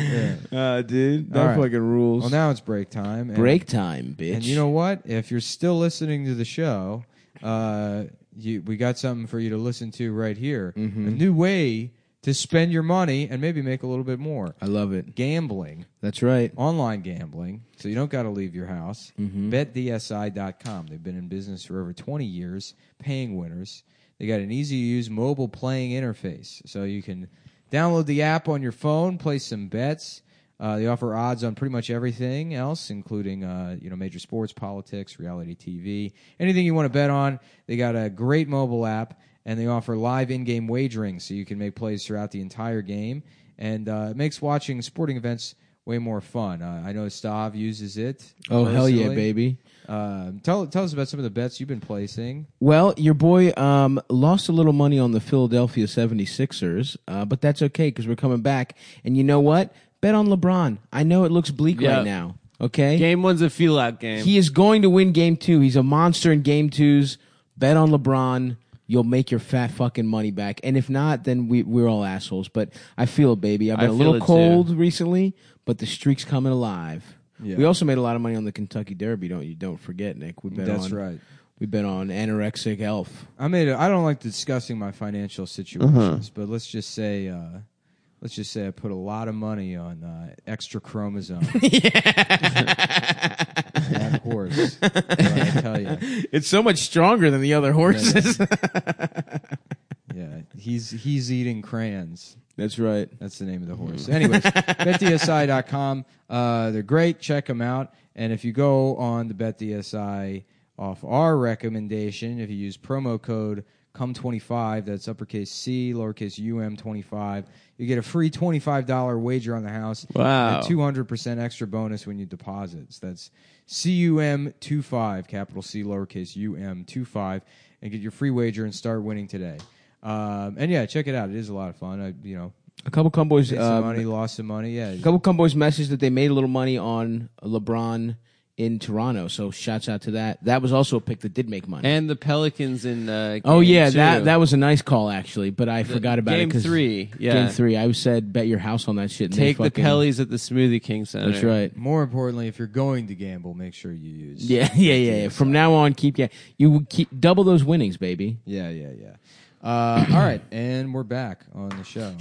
Speaker 3: Uh, dude, that
Speaker 2: All right.
Speaker 3: fucking rules.
Speaker 2: well, now it's break time. and-
Speaker 3: Break time, bitch.
Speaker 2: And you know what? If you're still listening to the show, uh, you, we got something for you to listen to right here. A new way to spend your money and maybe make a little bit more.
Speaker 3: I love it.
Speaker 2: Gambling.
Speaker 3: That's right.
Speaker 2: online gambling, so you don't got to leave your house. BetDSI.com. They've been in business for over 20 years, paying winners. They got an easy to use mobile playing interface, so you can download the app on your phone, place some bets. Uh, they offer odds on pretty much everything else, including uh, you know major sports, politics, reality TV, anything you want to bet on. They got a great mobile app, and they offer live in-game wagering, so you can make plays throughout the entire game, and uh, it makes watching sporting events way more fun. Uh, I know Stav uses it.
Speaker 3: Oh hell yeah,
Speaker 2: personally.
Speaker 3: baby.
Speaker 2: Um, tell tell us about some of the bets you've been placing.
Speaker 3: Well, your boy um, lost a little money on the Philadelphia 76ers, uh, but that's okay because we're coming back. And you know what? Bet on LeBron. I know it looks bleak
Speaker 4: Yeah.
Speaker 3: right now. Okay,
Speaker 4: Game one's a feel out game.
Speaker 3: he is going to win Game Two. He's a monster in Game Twos. Bet on LeBron. You'll make your fat fucking money back. And if not, then we we're all assholes. But I feel it, baby. I've
Speaker 4: I
Speaker 3: been a
Speaker 4: feel
Speaker 3: little
Speaker 4: it too.
Speaker 3: cold recently, but the streak's coming alive.
Speaker 2: Yeah.
Speaker 3: We also made a lot of money on the Kentucky Derby. Don't you? Don't forget, Nick. We bet
Speaker 2: That's
Speaker 3: on-
Speaker 2: right.
Speaker 3: We bet on anorexic elf.
Speaker 2: I made. A, I don't like discussing my financial situations,
Speaker 3: Uh-huh.
Speaker 2: but let's just say. Uh, Let's just say I put a lot of money on uh, extra chromosome. that horse, Let me tell you,
Speaker 3: It's so much stronger than the other horses.
Speaker 2: yeah, he's he's eating crayons.
Speaker 3: That's right.
Speaker 2: That's the name of the horse. Anyways, betdsi.com. Uh, they're great. Check them out. And if you go on the BetDSI off our recommendation, if you use promo code CUM25, that's uppercase C, lowercase UM25, you get a free $25 wager on the house.
Speaker 4: Wow.
Speaker 2: And a 200% extra bonus when you deposit. So that's CUM25, capital C, lowercase UM25, and get your free wager and start winning today. Um, and yeah, check it out. It is a lot of fun. I, you know,
Speaker 3: A couple Cowboys,
Speaker 2: Made some
Speaker 3: uh,
Speaker 2: money, lost some money. Yeah,
Speaker 3: a couple Cowboys messaged that they made a little money on LeBron in Toronto. So shouts out to that. That was also a pick that did make money.
Speaker 4: and the Pelicans in. Uh, game
Speaker 3: oh yeah,
Speaker 4: two.
Speaker 3: that that was a nice call actually, but I forgot about
Speaker 4: game
Speaker 3: it. 'cause
Speaker 4: three, yeah.
Speaker 3: game three. I said bet your house on that shit. And they
Speaker 4: Take the
Speaker 3: fucking-
Speaker 4: Pellies at the Smoothie King Center.
Speaker 3: That's right.
Speaker 2: More importantly, if you're going to gamble, make sure you use.
Speaker 3: Yeah, yeah, yeah, yeah. From now on, keep yeah. You would keep double those winnings, baby.
Speaker 2: Yeah, yeah, yeah. Uh, all right, and we're back on the show.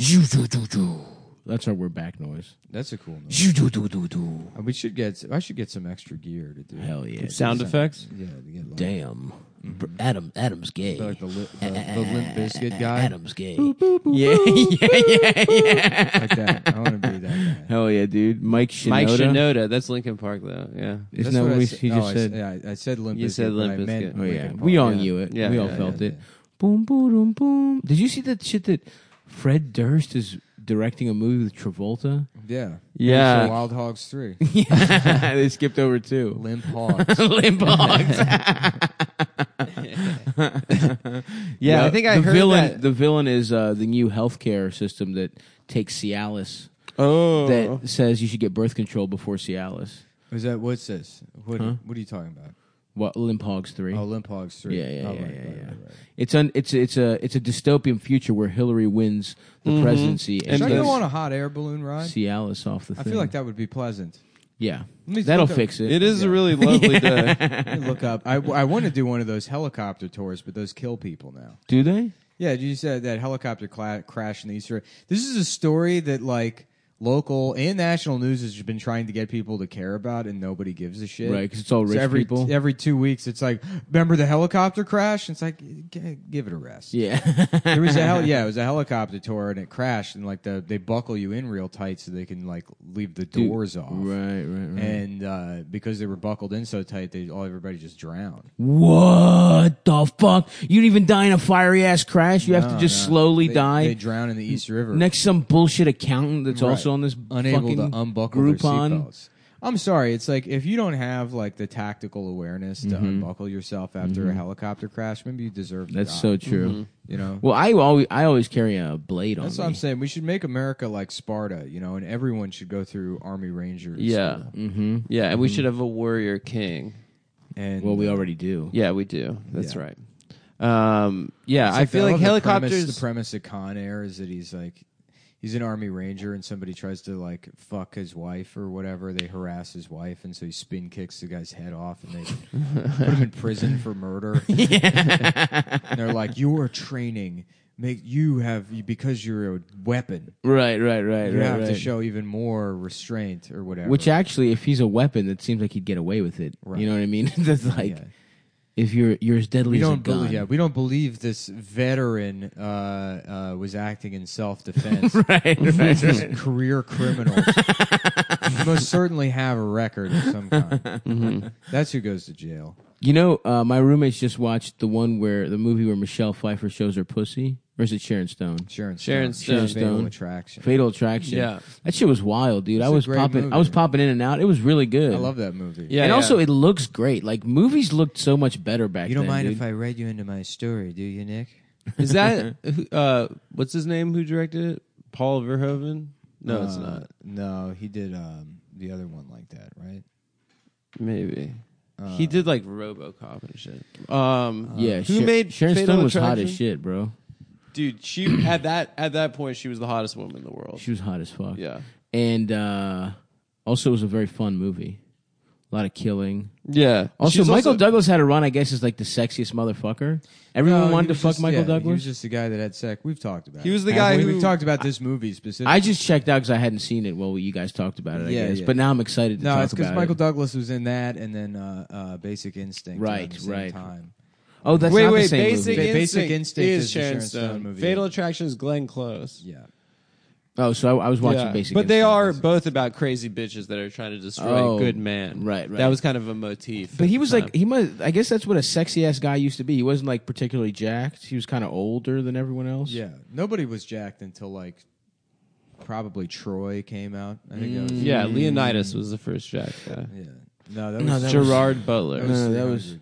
Speaker 3: That's our we're back noise.
Speaker 2: That's a cool. Note. Uh, We should get. I should get some extra gear to do.
Speaker 1: Hell yeah.
Speaker 4: Sound effects.
Speaker 2: Yeah, to get like,
Speaker 1: Damn.
Speaker 3: mm-hmm.
Speaker 1: Br- Adam Adam's gay.
Speaker 2: like the, li- the, the Limp Bizkit guy
Speaker 1: Adam's gay.
Speaker 3: Yeah, yeah, yeah, yeah.
Speaker 2: like that. I want to be that guy.
Speaker 3: Hell yeah, dude. Mike Shinoda.
Speaker 4: Mike Shinoda. That's Lincoln Park, though. Yeah.
Speaker 3: Isn't
Speaker 2: That's
Speaker 3: that
Speaker 2: what
Speaker 3: what
Speaker 2: I
Speaker 3: we,
Speaker 2: said-
Speaker 3: he
Speaker 2: no,
Speaker 3: just
Speaker 2: I
Speaker 3: said?
Speaker 2: said. I, I said Limp
Speaker 4: You
Speaker 2: Bizkit,
Speaker 4: said Limp
Speaker 2: but I meant
Speaker 4: Bizkit.
Speaker 3: Oh yeah,
Speaker 2: Linkin
Speaker 3: we
Speaker 2: Park.
Speaker 3: all
Speaker 4: Yeah.
Speaker 3: knew it.
Speaker 4: Yeah,
Speaker 3: we all
Speaker 4: yeah,
Speaker 3: felt
Speaker 2: yeah,
Speaker 3: it.
Speaker 2: yeah.
Speaker 3: Boom, boom, boom, boom. Did you see that shit that Fred Durst is directing a movie with Travolta?
Speaker 2: Yeah.
Speaker 4: Yeah.
Speaker 2: So Wild Hogs three.
Speaker 3: Yeah, they skipped over two.
Speaker 2: Limp Hogs.
Speaker 3: Limp Hogs.
Speaker 4: Yeah, I think I
Speaker 3: the
Speaker 4: heard
Speaker 3: villain,
Speaker 4: that.
Speaker 3: The villain is uh, the new healthcare system that takes Cialis.
Speaker 4: Oh.
Speaker 3: That says you should get birth control before Cialis.
Speaker 2: Is that what's this? What What are you talking about?
Speaker 3: What Limp Hogs three?
Speaker 2: Oh, Limp Hogs three.
Speaker 3: Yeah, yeah,
Speaker 2: oh,
Speaker 3: yeah,
Speaker 2: right,
Speaker 3: yeah,
Speaker 2: right,
Speaker 3: yeah.
Speaker 2: right, right.
Speaker 3: It's un, it's it's a it's a dystopian future where Hillary wins the presidency and
Speaker 4: And
Speaker 2: Mm-hmm. Should I
Speaker 4: the-
Speaker 2: go
Speaker 3: takes
Speaker 2: on a hot air balloon ride?
Speaker 3: Cialis off the.
Speaker 2: I
Speaker 3: thing.
Speaker 2: feel like that would be pleasant.
Speaker 3: Yeah,
Speaker 2: Let me
Speaker 3: that'll
Speaker 2: look up-
Speaker 3: fix it.
Speaker 4: It is a really lovely day.
Speaker 2: Let me look up. I, I want to do one of those helicopter tours, but those kill people now.
Speaker 3: Do they?
Speaker 2: Yeah, you said that helicopter cla- crash in the Easter. This is a story that like local and national news has been trying to get people to care about, and nobody gives a shit.
Speaker 3: Right, because it's all
Speaker 2: So
Speaker 3: rich
Speaker 2: every
Speaker 3: people.
Speaker 2: every two weeks, it's like, remember the helicopter crash? It's like, g- give it a rest.
Speaker 3: yeah,
Speaker 2: There was a hel- yeah, it was a helicopter tour, and it crashed, and like the they buckle you in real tight so they can like leave the doors off.
Speaker 3: right, right, right.
Speaker 2: And uh, because they were buckled in so tight, they all everybody just drowned.
Speaker 3: What the fuck? You don't even die in a fiery ass crash. You have to
Speaker 2: No,
Speaker 3: just
Speaker 2: no.
Speaker 3: slowly
Speaker 2: They-
Speaker 3: die
Speaker 2: They drown in the East River.
Speaker 3: next to some bullshit accountant that's
Speaker 2: Right.
Speaker 3: also on this
Speaker 2: unable
Speaker 3: fucking
Speaker 2: to unbuckle
Speaker 3: Groupon.
Speaker 2: their seatbelts. I'm sorry. It's like if you don't have like the tactical awareness to
Speaker 3: Mm-hmm.
Speaker 2: unbuckle yourself after a helicopter crash, maybe you deserve. to
Speaker 3: That's
Speaker 2: die,
Speaker 3: so true.
Speaker 2: You know.
Speaker 3: Well, I always I always carry a blade
Speaker 2: That's what
Speaker 3: on
Speaker 2: I'm
Speaker 3: me.
Speaker 2: saying. We should make America like Sparta, you know, and everyone should go through Army Rangers.
Speaker 4: Yeah.
Speaker 3: mm-hmm.
Speaker 4: Yeah, and we should have a warrior king.
Speaker 2: and
Speaker 3: Well, we already do.
Speaker 4: Yeah, we do. That's
Speaker 2: Yeah.
Speaker 4: right. Um, yeah, I
Speaker 2: Except
Speaker 4: feel like
Speaker 2: love the
Speaker 4: helicopters.
Speaker 2: Premise, the premise of Con Air is that he's like, he's an army ranger, and somebody tries to like fuck his wife or whatever. They harass his wife, and so he spin kicks the guy's head off, and they put him in prison for murder. and they're like, "You are training. Make you have you- because you're a weapon.
Speaker 3: Right, right, right,
Speaker 2: You
Speaker 3: right,
Speaker 2: have to
Speaker 3: right.
Speaker 2: show even more restraint or whatever."
Speaker 3: Which actually, if he's a weapon, it seems like he'd get away with it.
Speaker 2: Right.
Speaker 3: You know what I mean? that's like
Speaker 2: yeah.
Speaker 3: if you're you're as deadly
Speaker 2: we
Speaker 3: as a
Speaker 2: don't
Speaker 3: gun.
Speaker 2: believe. Yeah, we don't believe this veteran uh, uh, was acting in self defense.
Speaker 3: right, right,
Speaker 2: These
Speaker 3: right.
Speaker 2: career criminals must certainly have a record of some kind.
Speaker 3: Mm-hmm.
Speaker 2: That's who goes to jail.
Speaker 3: You know, uh, my roommates just watched the one where the movie where Michelle Pfeiffer shows her pussy, or is it Sharon Stone?
Speaker 2: Sharon Stone.
Speaker 4: Sharon
Speaker 2: Fatal
Speaker 4: Stone.
Speaker 3: Stone.
Speaker 2: attraction.
Speaker 3: Fatal Attraction.
Speaker 4: Yeah.
Speaker 3: that shit was wild, dude. I
Speaker 2: a
Speaker 3: was
Speaker 2: great
Speaker 3: popping,
Speaker 2: movie.
Speaker 3: I was popping in and out. It was really good.
Speaker 2: I love that movie.
Speaker 4: yeah,
Speaker 3: and
Speaker 4: yeah.
Speaker 3: also it looks great. Like movies looked so much better back.
Speaker 2: You don't
Speaker 3: then,
Speaker 2: mind
Speaker 3: dude.
Speaker 2: if I read you into my story, do you, Nick?
Speaker 4: is that who- uh, what's his name? Who directed it? Paul Verhoeven? No, it's
Speaker 2: Uh,
Speaker 4: not.
Speaker 2: No, he did um, the other one like that, right?
Speaker 4: Maybe he did like RoboCop and shit. Um,
Speaker 2: uh,
Speaker 3: Yeah,
Speaker 4: who
Speaker 3: Sha-
Speaker 4: made
Speaker 3: Sharon
Speaker 4: Fatal
Speaker 3: Stone was hot
Speaker 4: Attraction?
Speaker 3: as shit, bro.
Speaker 4: Dude, she at that at that point she was the hottest woman in the world.
Speaker 3: She was hot as fuck.
Speaker 4: yeah,
Speaker 3: and uh, also it was a very fun movie. A lot of killing.
Speaker 4: yeah.
Speaker 3: Also,
Speaker 4: She's
Speaker 3: Michael Douglas had a run. I guess is like the sexiest motherfucker. Everyone
Speaker 2: No,
Speaker 3: wanted
Speaker 2: he
Speaker 3: to
Speaker 2: was
Speaker 3: fuck
Speaker 2: just-
Speaker 3: Michael
Speaker 2: yeah, He
Speaker 3: Douglas.
Speaker 2: was just the guy that had sex. We've talked about.
Speaker 4: He
Speaker 2: it.
Speaker 4: was the
Speaker 2: Have
Speaker 4: guy
Speaker 2: we?
Speaker 4: who-
Speaker 2: we've talked about this movie specifically.
Speaker 3: I just checked out because I hadn't seen it. Well, you guys talked about it, I
Speaker 2: Yeah,
Speaker 3: guess.
Speaker 2: yeah.
Speaker 3: But now I'm excited to
Speaker 2: no,
Speaker 3: talk
Speaker 2: it's because
Speaker 3: about
Speaker 2: Michael
Speaker 3: it.
Speaker 2: Douglas was in that, and then uh, uh, Basic Instinct. around
Speaker 3: Right,
Speaker 2: the same
Speaker 3: right.
Speaker 2: Time.
Speaker 3: Oh, that's
Speaker 4: wait,
Speaker 3: not
Speaker 4: wait.
Speaker 3: the same
Speaker 4: Basic,
Speaker 3: movie.
Speaker 2: Ba-
Speaker 4: Instinct
Speaker 2: Basic Instinct
Speaker 4: is,
Speaker 2: is the
Speaker 4: Sharon,
Speaker 2: Sharon
Speaker 4: Stone.
Speaker 2: Stone movie.
Speaker 4: Fatal Attraction is Glenn Close.
Speaker 2: Yeah.
Speaker 3: Oh, so I, I was watching
Speaker 4: Yeah.
Speaker 3: Basic.
Speaker 4: But they
Speaker 3: Instinct.
Speaker 4: are both about crazy bitches that are trying to destroy
Speaker 3: Oh,
Speaker 4: a good man.
Speaker 3: right, right.
Speaker 4: That was kind of a motif.
Speaker 3: But
Speaker 4: at
Speaker 3: he
Speaker 4: the
Speaker 3: was
Speaker 4: time.
Speaker 3: like he must. I guess that's what a sexy ass guy used to be. He wasn't like particularly jacked. He was kind of older than everyone else.
Speaker 2: Yeah, nobody was jacked until like probably Troy came out. I think that was
Speaker 4: Mm. yeah, Leonidas was the first Jack guy.
Speaker 2: yeah. No, that was
Speaker 3: No, Mm. that was-
Speaker 4: Gerard Butler.
Speaker 2: that was
Speaker 3: No, that was-
Speaker 2: 300.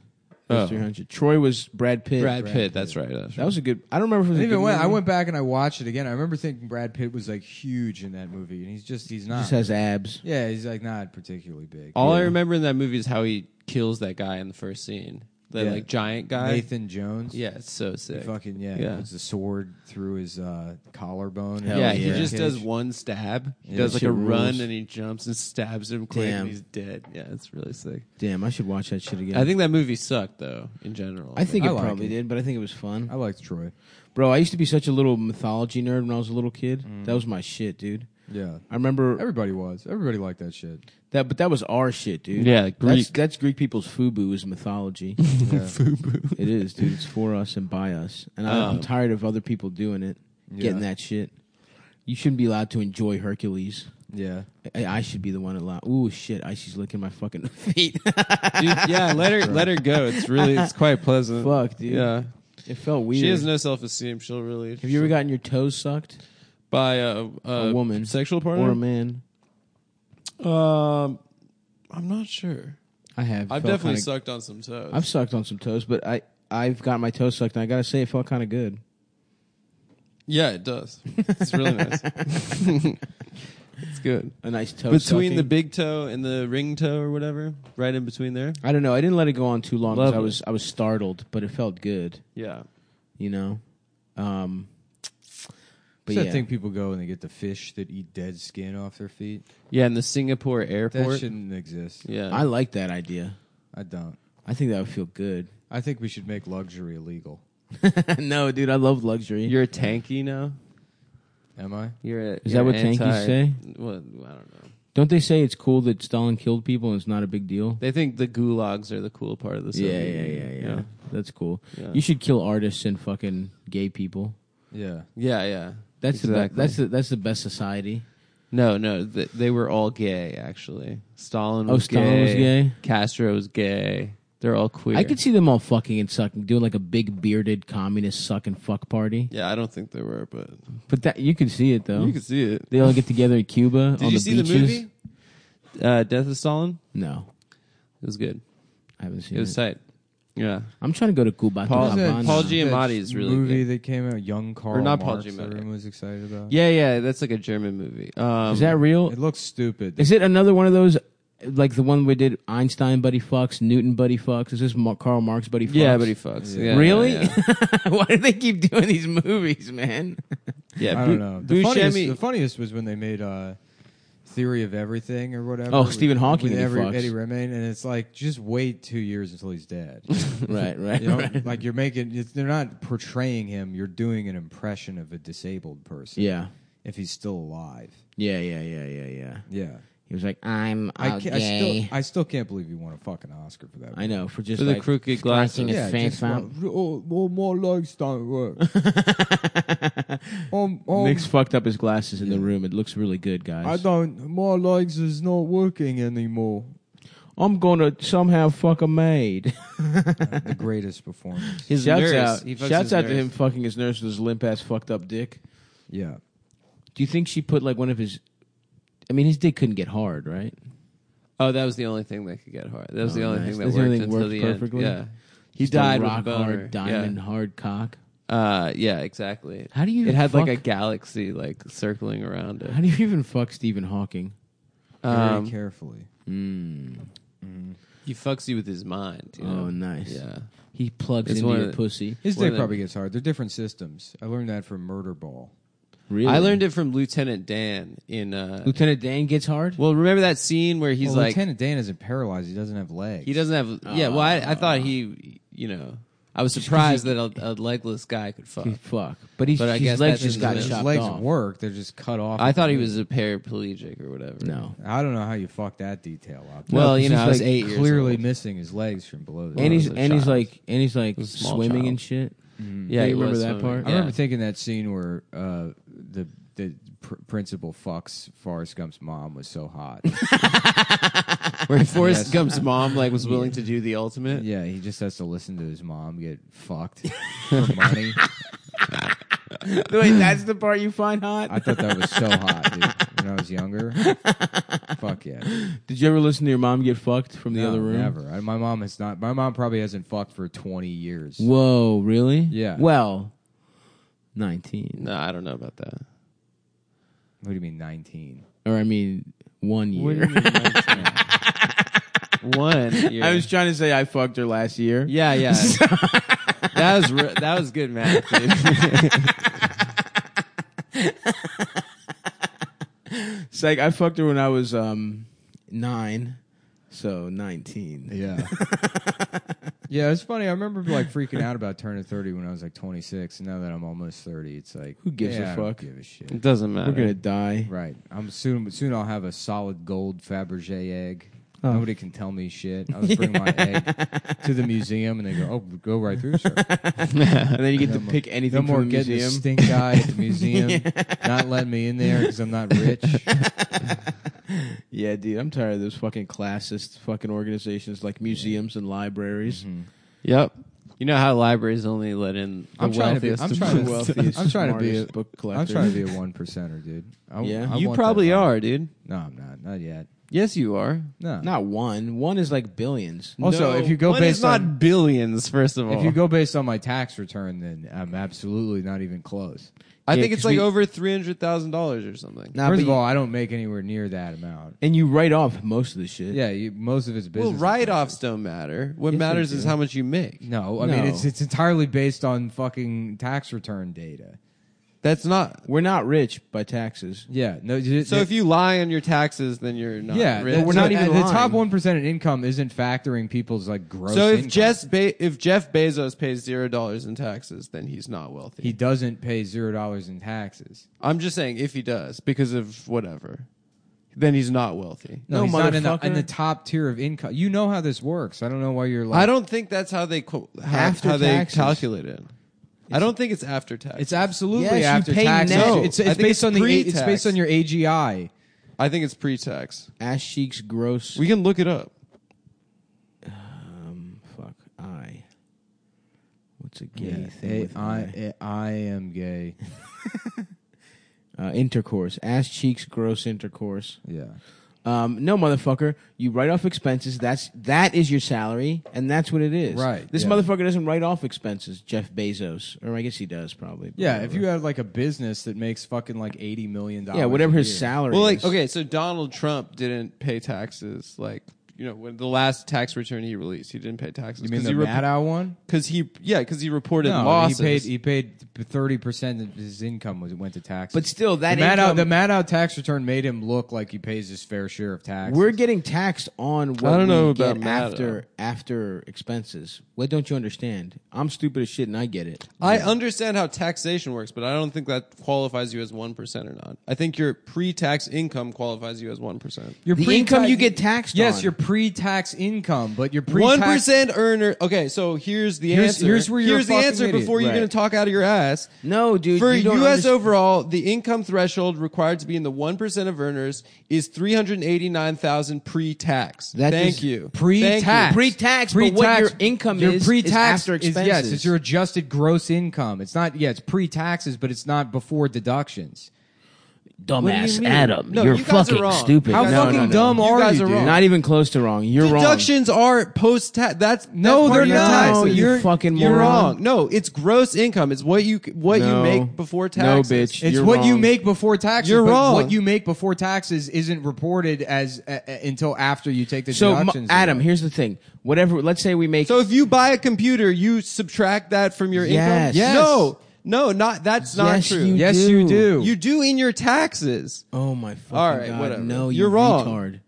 Speaker 4: Oh.
Speaker 3: 300. Troy was Brad Pitt.
Speaker 4: Brad Pitt, that's right. That's
Speaker 3: That
Speaker 4: right.
Speaker 3: was a good. I don't remember if it was.
Speaker 2: And
Speaker 3: a
Speaker 2: even
Speaker 3: good
Speaker 2: when
Speaker 3: movie.
Speaker 2: I went back and I watched it again, I remember thinking Brad Pitt was like huge in that movie, and he's just he's
Speaker 3: He
Speaker 2: not.
Speaker 3: just has abs.
Speaker 2: yeah, he's like not particularly big.
Speaker 4: All I remember in that movie is how he kills that guy in the first scene. That
Speaker 2: Yeah.
Speaker 4: like giant guy.
Speaker 2: Nathan Jones.
Speaker 4: Yeah, it's so
Speaker 2: He
Speaker 4: sick.
Speaker 2: fucking yeah,
Speaker 4: Yeah.
Speaker 2: puts the sword through his uh, collarbone.
Speaker 4: yeah,
Speaker 2: and
Speaker 4: he
Speaker 2: yeah.
Speaker 4: just does
Speaker 2: Cage.
Speaker 4: one stab. He
Speaker 2: Yeah.
Speaker 4: does like
Speaker 3: Shit
Speaker 4: a run
Speaker 3: rules.
Speaker 4: and he jumps and stabs him quick
Speaker 3: Damn.
Speaker 4: and he's dead. Yeah, it's really sick.
Speaker 3: Damn, I should watch that shit again.
Speaker 4: I think that movie sucked though, in general.
Speaker 3: I think
Speaker 2: I
Speaker 3: it
Speaker 2: like
Speaker 3: probably
Speaker 2: it.
Speaker 3: did, but I think it was fun.
Speaker 2: I liked Troy.
Speaker 3: Bro, I used to be such a little mythology nerd when I was a little kid.
Speaker 2: Mm.
Speaker 3: That was my shit, dude.
Speaker 2: Yeah,
Speaker 3: I remember
Speaker 2: everybody was. Everybody liked that shit.
Speaker 3: that, but that was our shit, dude.
Speaker 4: Yeah,
Speaker 3: That's,
Speaker 4: Greek.
Speaker 3: that's Greek people's fubu is mythology. Uh,
Speaker 2: Yeah.
Speaker 3: it is, dude. It's for us and by us. And I, I'm
Speaker 4: Um.
Speaker 3: tired of other people doing it, getting
Speaker 2: Yeah.
Speaker 3: that shit. You shouldn't be allowed to enjoy Hercules.
Speaker 2: yeah,
Speaker 3: I, I should be the one allowed. Ooh, shit. I, she's licking my fucking feet.
Speaker 4: Dude, yeah, let her let her go. It's really it's quite pleasant.
Speaker 3: Fuck, dude.
Speaker 4: Yeah.
Speaker 3: It felt weird.
Speaker 4: She has no self esteem. She'll really
Speaker 3: Have you ever gotten your toes sucked?
Speaker 4: by a, a,
Speaker 3: A woman.
Speaker 4: sexual
Speaker 3: Or a
Speaker 4: partner?
Speaker 3: man?
Speaker 4: um I'm not sure.
Speaker 3: I have.
Speaker 4: I've
Speaker 3: Felt
Speaker 4: definitely
Speaker 3: kinda-
Speaker 4: sucked on some toes.
Speaker 3: I've sucked on some toes, but I I've got my toes sucked, and I gotta say it felt kind of good.
Speaker 4: yeah, it does. It's really nice. it's good.
Speaker 3: A nice toe
Speaker 4: between the
Speaker 3: sucking.
Speaker 4: big toe and the ring toe or whatever, right in between there.
Speaker 3: I don't know. I didn't let it go on too long. 'cause I
Speaker 4: Lovely.
Speaker 3: was I was startled, but it felt good.
Speaker 4: Yeah.
Speaker 3: You know. Um. But
Speaker 2: It's that
Speaker 3: yeah.
Speaker 2: thing people go and they get the fish that eat dead skin off their feet.
Speaker 4: Yeah, in the Singapore
Speaker 2: That
Speaker 4: airport.
Speaker 2: shouldn't exist.
Speaker 4: yeah.
Speaker 3: I like that idea.
Speaker 2: I don't.
Speaker 3: I think that would feel good.
Speaker 2: I think we should make luxury illegal.
Speaker 3: no, dude, I love luxury.
Speaker 4: You're a tanky now?
Speaker 2: Am I?
Speaker 4: You're a,
Speaker 3: Is that
Speaker 4: you're
Speaker 3: what
Speaker 4: anti-
Speaker 3: tankies say?
Speaker 4: Well, I don't know.
Speaker 3: don't they say it's cool that Stalin killed people and it's not a big deal?
Speaker 4: They think the gulags are the cool part of the
Speaker 3: Yeah,
Speaker 4: Soviet
Speaker 3: yeah, yeah,
Speaker 4: Union.
Speaker 3: yeah, Uh, That's cool.
Speaker 4: Yeah.
Speaker 3: You should kill artists and fucking gay people.
Speaker 2: Yeah.
Speaker 4: Yeah, yeah.
Speaker 3: That's the be-
Speaker 4: Exactly.
Speaker 3: that's the, that's the best society.
Speaker 4: No, no, th- they were all gay actually. Stalin
Speaker 3: Oh,
Speaker 4: was gay.
Speaker 3: Stalin was gay?
Speaker 4: Castro was gay. They're all queer.
Speaker 3: I could see them all fucking and sucking, doing like a big bearded communist suck and fuck party.
Speaker 4: Yeah, I don't think they were, but
Speaker 3: But that you can see it though.
Speaker 4: you could see it.
Speaker 3: they all get together in Cuba.
Speaker 4: Did
Speaker 3: on
Speaker 4: you
Speaker 3: the
Speaker 4: see
Speaker 3: beaches.
Speaker 4: the movie? Uh, Death of Stalin.
Speaker 3: No,
Speaker 4: It was good.
Speaker 3: I haven't
Speaker 4: It
Speaker 3: seen it.
Speaker 4: was tight. Yeah,
Speaker 3: I'm trying to go to Cuba.
Speaker 4: Paul-
Speaker 3: to Havana.
Speaker 4: Paul G- Giamatti is really
Speaker 2: movie that came out. Young Carl
Speaker 4: not Paul
Speaker 2: Marx.
Speaker 4: Giamatti.
Speaker 2: Everyone was excited about.
Speaker 4: yeah, yeah. That's like a German movie. Um,
Speaker 3: is that real?
Speaker 2: It looks stupid.
Speaker 3: Is it another one of those? Like the one we did Einstein buddy fucks, Newton buddy fucks. Is this Mar- Karl Marx buddy fucks?
Speaker 4: yeah, but he fucks.
Speaker 2: Yeah.
Speaker 4: Yeah,
Speaker 3: really?
Speaker 4: yeah,
Speaker 3: Why do they keep doing these movies, man?
Speaker 4: yeah.
Speaker 2: I
Speaker 4: Bu-
Speaker 2: don't know. The funniest,
Speaker 4: Buscemi-
Speaker 2: the funniest was when they made uh, Theory of Everything or whatever.
Speaker 3: Oh,
Speaker 2: with-
Speaker 3: Stephen Hawking and
Speaker 2: with
Speaker 3: he
Speaker 2: every,
Speaker 3: fucks.
Speaker 2: Eddie Redmayne, and it's like just wait two years until he's dead.
Speaker 3: right, right,
Speaker 2: You know,
Speaker 3: right.
Speaker 2: like you're making, it's, they're not portraying him. You're doing an impression of a disabled person.
Speaker 3: Yeah,
Speaker 2: if he's still alive.
Speaker 3: yeah, yeah, yeah, yeah, yeah.
Speaker 2: Yeah,
Speaker 3: He was like, "I'm
Speaker 2: I,
Speaker 4: Oh,
Speaker 3: a
Speaker 2: can't, I
Speaker 3: gay."
Speaker 2: still, I still can't believe you won a fucking Oscar for that.
Speaker 3: I know for just
Speaker 4: For the
Speaker 3: like,
Speaker 4: crooked
Speaker 3: striking
Speaker 4: glasses.
Speaker 3: his face out.
Speaker 2: oh, oh, my legs don't work. um, um,
Speaker 3: Nick's fucked up his glasses in the room. It looks really good,
Speaker 2: I
Speaker 3: guys.
Speaker 2: don't. My legs is not working anymore.
Speaker 3: I'm gonna somehow fuck a maid.
Speaker 2: Uh, the greatest performance.
Speaker 4: His
Speaker 3: shouts
Speaker 4: nurse.
Speaker 3: out,
Speaker 4: He fucks
Speaker 3: shouts
Speaker 4: his
Speaker 3: out to
Speaker 4: nurse.
Speaker 3: him fucking his nurse with his limp ass fucked up dick.
Speaker 2: Yeah,
Speaker 3: Do you think she put like one of his? I mean, his dick couldn't get hard, right?
Speaker 4: Oh, that was the only thing that could get hard. That was
Speaker 3: Oh,
Speaker 4: the only
Speaker 3: nice.
Speaker 4: thing that
Speaker 3: That's
Speaker 4: worked
Speaker 3: the only thing
Speaker 4: until
Speaker 3: worked
Speaker 4: the
Speaker 3: perfectly?
Speaker 4: end. Yeah, he
Speaker 3: Just a
Speaker 4: died with a
Speaker 3: rock
Speaker 4: boner.
Speaker 3: hard, diamond
Speaker 4: Yeah.
Speaker 3: hard cock.
Speaker 4: Uh, yeah, exactly.
Speaker 3: How do you?
Speaker 4: It had
Speaker 3: fuck,
Speaker 4: like a galaxy like circling around
Speaker 3: How
Speaker 4: it.
Speaker 3: do you even fuck Stephen Hawking?
Speaker 2: very
Speaker 4: Um,
Speaker 2: carefully.
Speaker 4: he fucks you with his mind. You know?
Speaker 3: Oh, nice.
Speaker 4: Hmm. Yeah,
Speaker 3: He plugs
Speaker 4: It's one
Speaker 3: into
Speaker 4: of
Speaker 3: your
Speaker 4: the-
Speaker 3: pussy.
Speaker 2: His
Speaker 4: one of
Speaker 2: dick
Speaker 4: the-
Speaker 2: probably gets hard. They're different systems. I learned that from Murder Ball.
Speaker 3: Really?
Speaker 4: I learned it from Lieutenant Dan in. Uh,
Speaker 3: Lieutenant Dan gets hard.
Speaker 4: well, remember that scene where he's
Speaker 2: well,
Speaker 4: like
Speaker 2: Lieutenant Dan isn't paralyzed. He doesn't have legs.
Speaker 4: he doesn't have. Yeah, well, I, I thought he. You know, I was surprised that a, a legless guy could fuck.
Speaker 3: He fuck, but he's
Speaker 4: But I
Speaker 3: his
Speaker 4: guess
Speaker 3: legs
Speaker 4: that's
Speaker 3: just
Speaker 4: in
Speaker 3: got
Speaker 4: the-
Speaker 2: His
Speaker 3: chopped
Speaker 2: legs
Speaker 3: off.
Speaker 2: work. They're just cut off.
Speaker 4: I thought he was a paraplegic or whatever.
Speaker 3: No,
Speaker 2: I don't know how you fucked that detail up.
Speaker 4: Well,
Speaker 2: No,
Speaker 4: you
Speaker 2: he's
Speaker 4: know, I was
Speaker 2: like
Speaker 4: eight years
Speaker 2: clearly
Speaker 4: old.
Speaker 2: missing his legs from below. The
Speaker 3: and he's
Speaker 4: was a
Speaker 3: and he's
Speaker 4: child.
Speaker 3: like and he's like
Speaker 4: was a small
Speaker 3: swimming
Speaker 4: child.
Speaker 3: and shit.
Speaker 4: Yeah,
Speaker 3: You
Speaker 4: he
Speaker 3: remember
Speaker 4: was
Speaker 3: that
Speaker 4: swimming.
Speaker 3: part?
Speaker 2: I
Speaker 4: Yeah.
Speaker 2: remember taking that scene where uh, the the pr- principal fucks Forrest Gump's mom was so hot.
Speaker 4: where Forrest Gump's mom like was willing to do the ultimate.
Speaker 2: yeah, he just has to listen to his mom get fucked for money.
Speaker 3: Wait, that's the part you find hot.
Speaker 2: I thought that was so hot, dude. When I was younger, Fuck yeah.
Speaker 3: Did you ever listen to your mom get fucked from the
Speaker 2: No,
Speaker 3: other room?
Speaker 2: Never. I, my mom has not. My mom probably hasn't fucked for twenty years.
Speaker 3: Whoa, really?
Speaker 2: Yeah.
Speaker 3: Well, nineteen,
Speaker 4: No, I don't know about that.
Speaker 2: What do you mean nineteen?
Speaker 3: or I mean, one year.
Speaker 4: One. Year.
Speaker 3: I was trying to say I fucked her last year.
Speaker 4: Yeah, yeah. that was re- that was good math. dude.
Speaker 3: It's like I fucked her when I was um nine, so nineteen.
Speaker 2: Yeah. yeah, it's funny. I remember like freaking out about turning thirty when I was like twenty six, and now that I'm almost thirty, it's like who
Speaker 3: gives a
Speaker 2: yeah, I don't
Speaker 3: fuck?
Speaker 2: give a shit.
Speaker 4: it doesn't matter.
Speaker 3: We're gonna die.
Speaker 2: Right. I'm soon. Soon I'll have a solid gold Fabergé egg.
Speaker 3: Oh.
Speaker 2: Nobody can tell me shit. I'll just bring my egg to the museum, and they go, "Oh, go right through, sir."
Speaker 3: And then you get
Speaker 2: No
Speaker 3: to
Speaker 2: more-
Speaker 3: pick anything
Speaker 2: No more
Speaker 3: from the
Speaker 2: getting a
Speaker 3: museum.
Speaker 2: stink eye at the museum. Not letting me in there because I'm not rich.
Speaker 3: yeah, dude, I'm tired of those fucking classist fucking organizations like museums and libraries.
Speaker 2: Mm-hmm.
Speaker 4: Yep. You know how libraries only let in the
Speaker 2: I'm trying to be-
Speaker 4: wealthiest.
Speaker 2: I'm
Speaker 4: of
Speaker 2: trying to-
Speaker 4: the wealthy.
Speaker 3: Wealthiest,
Speaker 2: I'm trying to be
Speaker 3: smartest
Speaker 2: a-
Speaker 3: book collector.
Speaker 2: I'm trying to be a one percenter, dude. I,
Speaker 3: Yeah.
Speaker 2: I
Speaker 4: You
Speaker 2: want that
Speaker 4: probably
Speaker 2: life.
Speaker 4: are, dude.
Speaker 2: No, I'm not. Not yet.
Speaker 4: Yes, you are.
Speaker 2: No.
Speaker 3: Not one. One is like billions.
Speaker 2: Also,
Speaker 4: No,
Speaker 2: if you go
Speaker 4: one
Speaker 2: based
Speaker 4: is not
Speaker 2: on-
Speaker 4: billions, first of all,
Speaker 2: If you go based on my tax return, then I'm absolutely not even close.
Speaker 4: I
Speaker 3: Yeah,
Speaker 4: think it's
Speaker 3: 'cause
Speaker 4: like
Speaker 3: we-
Speaker 4: over three hundred thousand dollars or something.
Speaker 3: Nah,
Speaker 2: First
Speaker 3: but
Speaker 2: of
Speaker 3: you-
Speaker 2: all, I don't make anywhere near that amount.
Speaker 3: and you write off most of the shit.
Speaker 2: Yeah, you, most of it's business.
Speaker 4: well, write-offs don't matter. What
Speaker 3: Yes, they
Speaker 4: matters is
Speaker 3: do.
Speaker 4: how much you make.
Speaker 2: No, I
Speaker 3: No.
Speaker 2: mean it's it's entirely based on fucking tax return data.
Speaker 4: That's not.
Speaker 3: We're not rich by taxes.
Speaker 2: Yeah, no. you-
Speaker 4: So if you lie on your taxes, then you're not.
Speaker 2: yeah,
Speaker 4: rich.
Speaker 2: that's-
Speaker 3: we're not even
Speaker 2: the top
Speaker 3: lying.
Speaker 2: one percent in income isn't factoring people's like gross.
Speaker 4: So if
Speaker 2: income.
Speaker 4: Jeff Be- if Jeff Bezos pays zero dollars in taxes, then he's not wealthy.
Speaker 2: he doesn't pay zero dollars in taxes,
Speaker 4: I'm just saying if he does because of whatever, then he's not wealthy.
Speaker 2: no,
Speaker 3: No,
Speaker 2: he's not in the, in
Speaker 3: motherfucker.
Speaker 2: the top tier of income. You know how this works. I don't know why you're like.
Speaker 4: I don't think that's how they co- how,
Speaker 3: After
Speaker 4: how they
Speaker 3: taxes.
Speaker 4: calculate it. I don't think it's after tax.
Speaker 2: It's absolutely
Speaker 3: Yes, you
Speaker 2: after
Speaker 3: pay
Speaker 2: tax.
Speaker 3: net.
Speaker 2: It's,
Speaker 4: I
Speaker 2: it's
Speaker 4: think
Speaker 2: based
Speaker 4: it's
Speaker 2: on the it's
Speaker 4: pre-tax.
Speaker 2: based on your AGI.
Speaker 4: I think it's pre-tax.
Speaker 3: Ash cheeks gross.
Speaker 4: We can look it up.
Speaker 3: um, fuck. I. What's a gay
Speaker 2: Yeah,
Speaker 3: thing? with I?
Speaker 2: I, I am gay.
Speaker 3: Uh, intercourse. Ass cheeks gross intercourse.
Speaker 2: Yeah.
Speaker 3: Um, no, motherfucker. You write off expenses. That's that is your salary, and that's what it is.
Speaker 2: Right,
Speaker 3: This
Speaker 2: yeah.
Speaker 3: motherfucker doesn't write off expenses. Jeff Bezos, or I guess he does probably. but
Speaker 2: Yeah, if
Speaker 3: whatever.
Speaker 2: you had like a business that makes fucking like eighty million dollars.
Speaker 3: yeah, whatever
Speaker 2: a
Speaker 3: his
Speaker 2: year.
Speaker 3: salary.
Speaker 4: Well, like
Speaker 3: is.
Speaker 4: okay, so Donald Trump didn't pay taxes. Like you know, when the last tax return he released, he didn't pay taxes
Speaker 2: You mean
Speaker 4: because
Speaker 2: the
Speaker 4: he rep-
Speaker 2: Maddow one?
Speaker 4: because he yeah because he reported
Speaker 2: No,
Speaker 4: losses.
Speaker 2: he paid e- he paid thirty percent of his income was went to taxes.
Speaker 3: But still, that
Speaker 2: the Maddow
Speaker 3: income-
Speaker 2: the Maddow tax return made him look like he pays his fair share of taxes.
Speaker 3: We're getting taxed on what
Speaker 4: I don't know
Speaker 3: we
Speaker 4: about
Speaker 3: get
Speaker 4: Matt,
Speaker 3: after after expenses. What don't you understand? I'm stupid as shit, and I get it.
Speaker 4: I understand how taxation works, but I don't think that qualifies you as one percent or not. I think your pre-tax income qualifies you as one percent.
Speaker 2: Your
Speaker 3: The
Speaker 2: pre-tax-
Speaker 3: income you get taxed
Speaker 2: Yes,
Speaker 3: on.
Speaker 2: your pre-tax income, but your pre-tax
Speaker 4: One percent earner. Okay, so here's the
Speaker 2: Here's-
Speaker 4: answer.
Speaker 2: here's where you're
Speaker 4: here's the
Speaker 2: a fucking
Speaker 4: answer
Speaker 2: idiot.
Speaker 4: before you're
Speaker 3: Right.
Speaker 4: going to talk out of your ass.
Speaker 3: No, dude,
Speaker 4: For
Speaker 3: you don't
Speaker 4: U.S.
Speaker 3: underst-
Speaker 4: overall, the income threshold required to be in the one percent of earners is three hundred eighty-nine thousand pre-tax.
Speaker 3: That
Speaker 4: Thank
Speaker 3: is
Speaker 4: you. Thank
Speaker 2: Pre-tax,
Speaker 4: you.
Speaker 3: Pre-tax, but what your income
Speaker 2: your
Speaker 3: is, is
Speaker 2: pre-tax
Speaker 3: after
Speaker 2: is- yes,
Speaker 3: expenses.
Speaker 2: it's your adjusted gross income. It's not. Yeah, it's pre-taxes, but it's not before deductions.
Speaker 1: Dumbass
Speaker 4: mean?
Speaker 1: Adam,
Speaker 4: No,
Speaker 1: you're
Speaker 4: you guys are
Speaker 1: fucking
Speaker 4: wrong.
Speaker 1: stupid.
Speaker 2: How
Speaker 3: No,
Speaker 2: fucking
Speaker 3: no, no.
Speaker 2: dumb
Speaker 4: You
Speaker 2: are
Speaker 4: guys
Speaker 2: you,
Speaker 4: are
Speaker 2: dude?
Speaker 4: wrong.
Speaker 3: Not even close to wrong. You're wrong.
Speaker 4: Deductions are post-tax. That's
Speaker 2: No,
Speaker 4: that's part
Speaker 2: they're
Speaker 4: of your
Speaker 2: not.
Speaker 4: taxes.
Speaker 2: No, you
Speaker 4: you're
Speaker 3: fucking
Speaker 4: you're
Speaker 3: moron.
Speaker 4: wrong. No, it's gross income. It's what you what
Speaker 3: No.
Speaker 4: you make before
Speaker 3: No,
Speaker 4: taxes.
Speaker 3: bitch.
Speaker 2: It's
Speaker 3: You're
Speaker 2: what you
Speaker 3: wrong.
Speaker 2: make before taxes.
Speaker 4: You're
Speaker 2: but
Speaker 4: wrong.
Speaker 2: What you make before taxes isn't reported as uh, uh, until after you take the
Speaker 3: So,
Speaker 2: deductions.
Speaker 3: m- Adam, here's the thing. Whatever. Let's say we make.
Speaker 4: So if you buy a computer, you subtract that from your
Speaker 3: Yes.
Speaker 4: income.
Speaker 3: Yes.
Speaker 4: No, no, not that's not
Speaker 3: Yes,
Speaker 4: true.
Speaker 3: you
Speaker 2: yes,
Speaker 3: do.
Speaker 2: you do.
Speaker 4: You do in your taxes.
Speaker 3: oh my fucking
Speaker 4: All right,
Speaker 3: god!
Speaker 4: whatever.
Speaker 3: No, you
Speaker 4: You're wrong.
Speaker 3: Retard.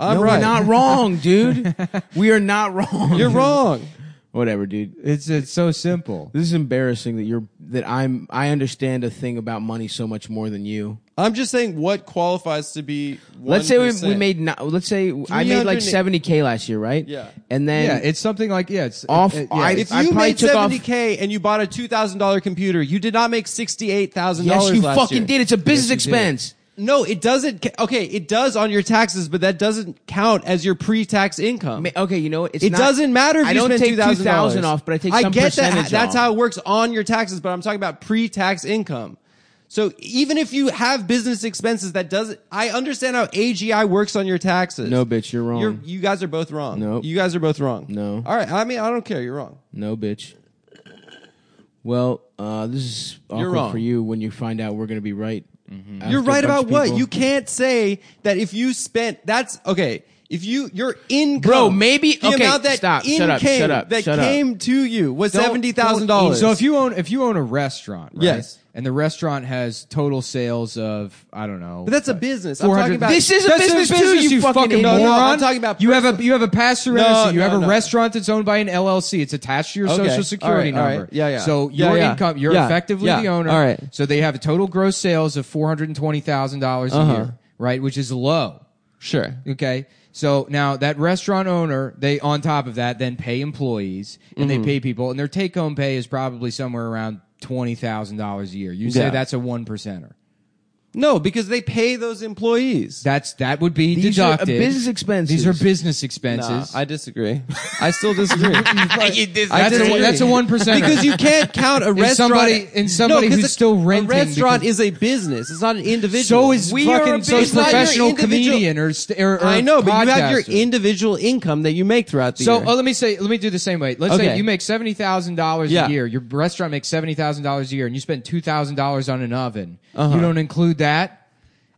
Speaker 4: I'm
Speaker 3: no,
Speaker 4: right.
Speaker 3: we're not wrong, dude. we are not wrong.
Speaker 4: You're wrong.
Speaker 3: Whatever, dude.
Speaker 2: it's it's so simple.
Speaker 3: This is embarrassing that you're that I'm I understand a thing about money so much more than you.
Speaker 4: I'm just saying what qualifies to be. 1%.
Speaker 3: Let's say we, we made not, let's say I made like
Speaker 4: 300
Speaker 3: seventy k last year, right?
Speaker 4: Yeah.
Speaker 3: and then
Speaker 2: Yeah, it's something like yeah, it's
Speaker 3: Off-
Speaker 2: it-
Speaker 3: I-
Speaker 2: yeah,
Speaker 4: If you
Speaker 3: probably
Speaker 4: made
Speaker 3: took off-
Speaker 4: 70k and you bought a two thousand dollar computer, you did not make sixty eight thousand
Speaker 3: yes,
Speaker 4: dollars.
Speaker 3: you fucking did. It's a business expense.
Speaker 4: No, it doesn't. ca- Okay, it does on your taxes, but that doesn't count as your pre-tax income.
Speaker 3: Ma- Okay, you know what? It's
Speaker 4: it
Speaker 3: not-
Speaker 4: doesn't matter if
Speaker 3: I
Speaker 4: you
Speaker 3: don't
Speaker 4: spend
Speaker 3: take two thousand
Speaker 4: $2,000.
Speaker 3: off, but I take
Speaker 4: I
Speaker 3: some
Speaker 4: get that.
Speaker 3: percentage
Speaker 4: That's
Speaker 3: off.
Speaker 4: how it works on your taxes, but I'm talking about pre-tax income. So even if you have business expenses, that doesn't. I understand how AGI works on your taxes.
Speaker 3: No, bitch, you're wrong.
Speaker 4: You're, you guys are both wrong.
Speaker 3: Nope.
Speaker 4: You guys are both wrong.
Speaker 3: No.
Speaker 4: All right. I mean, I don't care. You're wrong.
Speaker 3: No, bitch. Well, uh, this is awkward
Speaker 4: wrong. Mm-hmm.
Speaker 3: for you when you find out we're going to be right.
Speaker 4: You're right about what? You can't say that if you spent that's okay. If you your income,
Speaker 3: Bro, maybe-
Speaker 4: the
Speaker 3: okay,
Speaker 4: amount that
Speaker 3: stop,
Speaker 4: in
Speaker 3: shut up,
Speaker 4: came,
Speaker 3: shut up,
Speaker 4: that
Speaker 3: shut up.
Speaker 4: came to you was seventy thousand dollars.
Speaker 2: So if you own if you own a restaurant, right?
Speaker 4: Yes.
Speaker 2: and the restaurant has total sales of I don't know,
Speaker 4: but that's a business. I'm
Speaker 2: 400
Speaker 4: talking about
Speaker 3: This is a
Speaker 2: That's
Speaker 3: business too, you fucking
Speaker 4: No, no,
Speaker 2: moron.
Speaker 4: I'm talking about
Speaker 2: you have a you have a pass through
Speaker 4: No,
Speaker 2: entity. You
Speaker 4: no,
Speaker 2: have a
Speaker 4: no.
Speaker 2: restaurant that's owned by an LLC. It's attached to your
Speaker 4: Okay. All
Speaker 2: social
Speaker 4: right,
Speaker 2: security
Speaker 4: all right.
Speaker 2: number.
Speaker 4: Yeah, yeah.
Speaker 2: So
Speaker 4: Yeah,
Speaker 2: your
Speaker 4: yeah.
Speaker 2: income, you're
Speaker 4: Yeah,
Speaker 2: effectively
Speaker 4: yeah.
Speaker 2: the owner.
Speaker 4: All right.
Speaker 2: So they have a total gross sales of four hundred and twenty thousand dollars a
Speaker 4: Uh-huh.
Speaker 2: year, right? Which is low.
Speaker 7: Sure.
Speaker 2: Okay. So now that restaurant owner, they on top of that then pay employees and
Speaker 4: Mm-hmm.
Speaker 2: they pay people, and their take home pay is probably somewhere around twenty thousand dollars a year. You say
Speaker 7: Yeah.
Speaker 2: that's a one percenter.
Speaker 4: no because they pay those employees.
Speaker 2: That's that would be
Speaker 3: These are, uh,
Speaker 2: deducted.
Speaker 3: business expenses.
Speaker 2: These are business
Speaker 4: Nah,
Speaker 2: expenses.
Speaker 4: I disagree. I still disagree. I
Speaker 2: that's, a,
Speaker 4: disagree.
Speaker 2: that's a one percent
Speaker 4: because you can't count a restaurant.
Speaker 2: somebody- and somebody
Speaker 4: No, 'cause
Speaker 2: who's
Speaker 4: a-
Speaker 2: still renting
Speaker 4: A restaurant
Speaker 2: because-
Speaker 4: is a business. It's not an individual.
Speaker 2: So is
Speaker 4: We are a
Speaker 2: fucking so is
Speaker 4: business.
Speaker 2: professional
Speaker 4: Not your individual-
Speaker 2: comedian or, st- or, or
Speaker 4: I know, but you have your
Speaker 2: podcaster.
Speaker 4: individual income that you make throughout the
Speaker 2: So
Speaker 4: year.
Speaker 2: oh, let me say, let me do the same way. Let's say
Speaker 4: Okay.
Speaker 2: you make seventy thousand dollars
Speaker 4: Yeah.
Speaker 2: a year. Your restaurant makes seventy thousand dollars a year, and you spend two thousand dollars on an oven. You don't include that.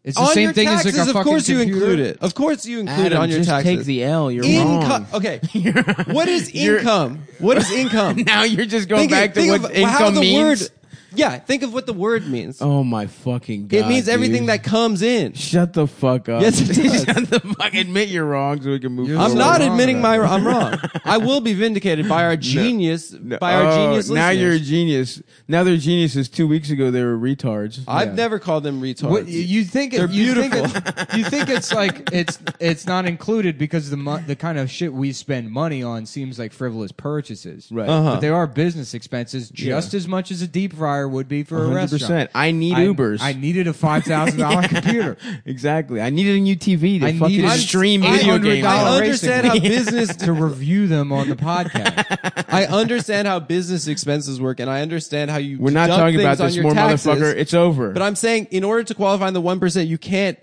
Speaker 2: It's the
Speaker 4: Uh-huh. on
Speaker 2: same
Speaker 4: your
Speaker 2: thing
Speaker 4: taxes,
Speaker 2: as like a
Speaker 4: of
Speaker 2: fucking
Speaker 4: course you
Speaker 2: computer.
Speaker 4: include it. Of course you include it
Speaker 7: Adam,
Speaker 4: on your
Speaker 7: just
Speaker 4: taxes.
Speaker 7: take the L. You're
Speaker 4: Income.
Speaker 7: wrong.
Speaker 4: Okay, what is income? What is income?
Speaker 3: now you're just going back to what income
Speaker 4: how the
Speaker 3: means.
Speaker 4: Word, yeah, think of what the word means.
Speaker 3: oh my fucking god!
Speaker 4: it means everything
Speaker 3: dude.
Speaker 4: that comes in.
Speaker 3: Shut the fuck up.
Speaker 4: Yes, it does.
Speaker 3: Shut the fuck. Admit you're wrong, so we can move.
Speaker 2: You're
Speaker 4: I'm
Speaker 2: so
Speaker 3: forward.
Speaker 4: not
Speaker 2: wrong
Speaker 4: admitting my
Speaker 2: about
Speaker 4: I'm wrong. I will be vindicated by our genius by our
Speaker 3: Oh,
Speaker 4: genius
Speaker 3: Now you're a
Speaker 4: listeners.
Speaker 3: genius. Now they're geniuses. Two weeks ago they were retards.
Speaker 4: I've
Speaker 2: Yeah.
Speaker 4: never called them retards.
Speaker 2: What, you think
Speaker 4: They're
Speaker 2: you Think
Speaker 4: beautiful.
Speaker 2: it's, you think it's like it's it's not included because the mo- the kind of shit we spend money on seems like frivolous purchases,
Speaker 3: Right.
Speaker 4: Uh-huh.
Speaker 2: But there are business expenses just as much as a deep fryer would be for a
Speaker 3: 100%.
Speaker 2: restaurant.
Speaker 3: I need
Speaker 2: I-
Speaker 3: Ubers.
Speaker 2: I needed a five thousand dollar computer.
Speaker 3: exactly. I needed a new TV to
Speaker 2: I
Speaker 3: fucking
Speaker 2: needed-
Speaker 3: stream
Speaker 2: I-
Speaker 3: video games.
Speaker 4: I
Speaker 2: $800
Speaker 4: understand how
Speaker 2: racing
Speaker 4: business
Speaker 2: to review them on the podcast.
Speaker 4: I understand how business expenses work, and I understand how you.
Speaker 3: We're not
Speaker 4: deduct
Speaker 3: talking about
Speaker 4: things on
Speaker 3: this
Speaker 4: your
Speaker 3: more,
Speaker 4: taxes,
Speaker 3: motherfucker. It's over.
Speaker 4: But I'm saying, in order to qualify in the one percent, you can't.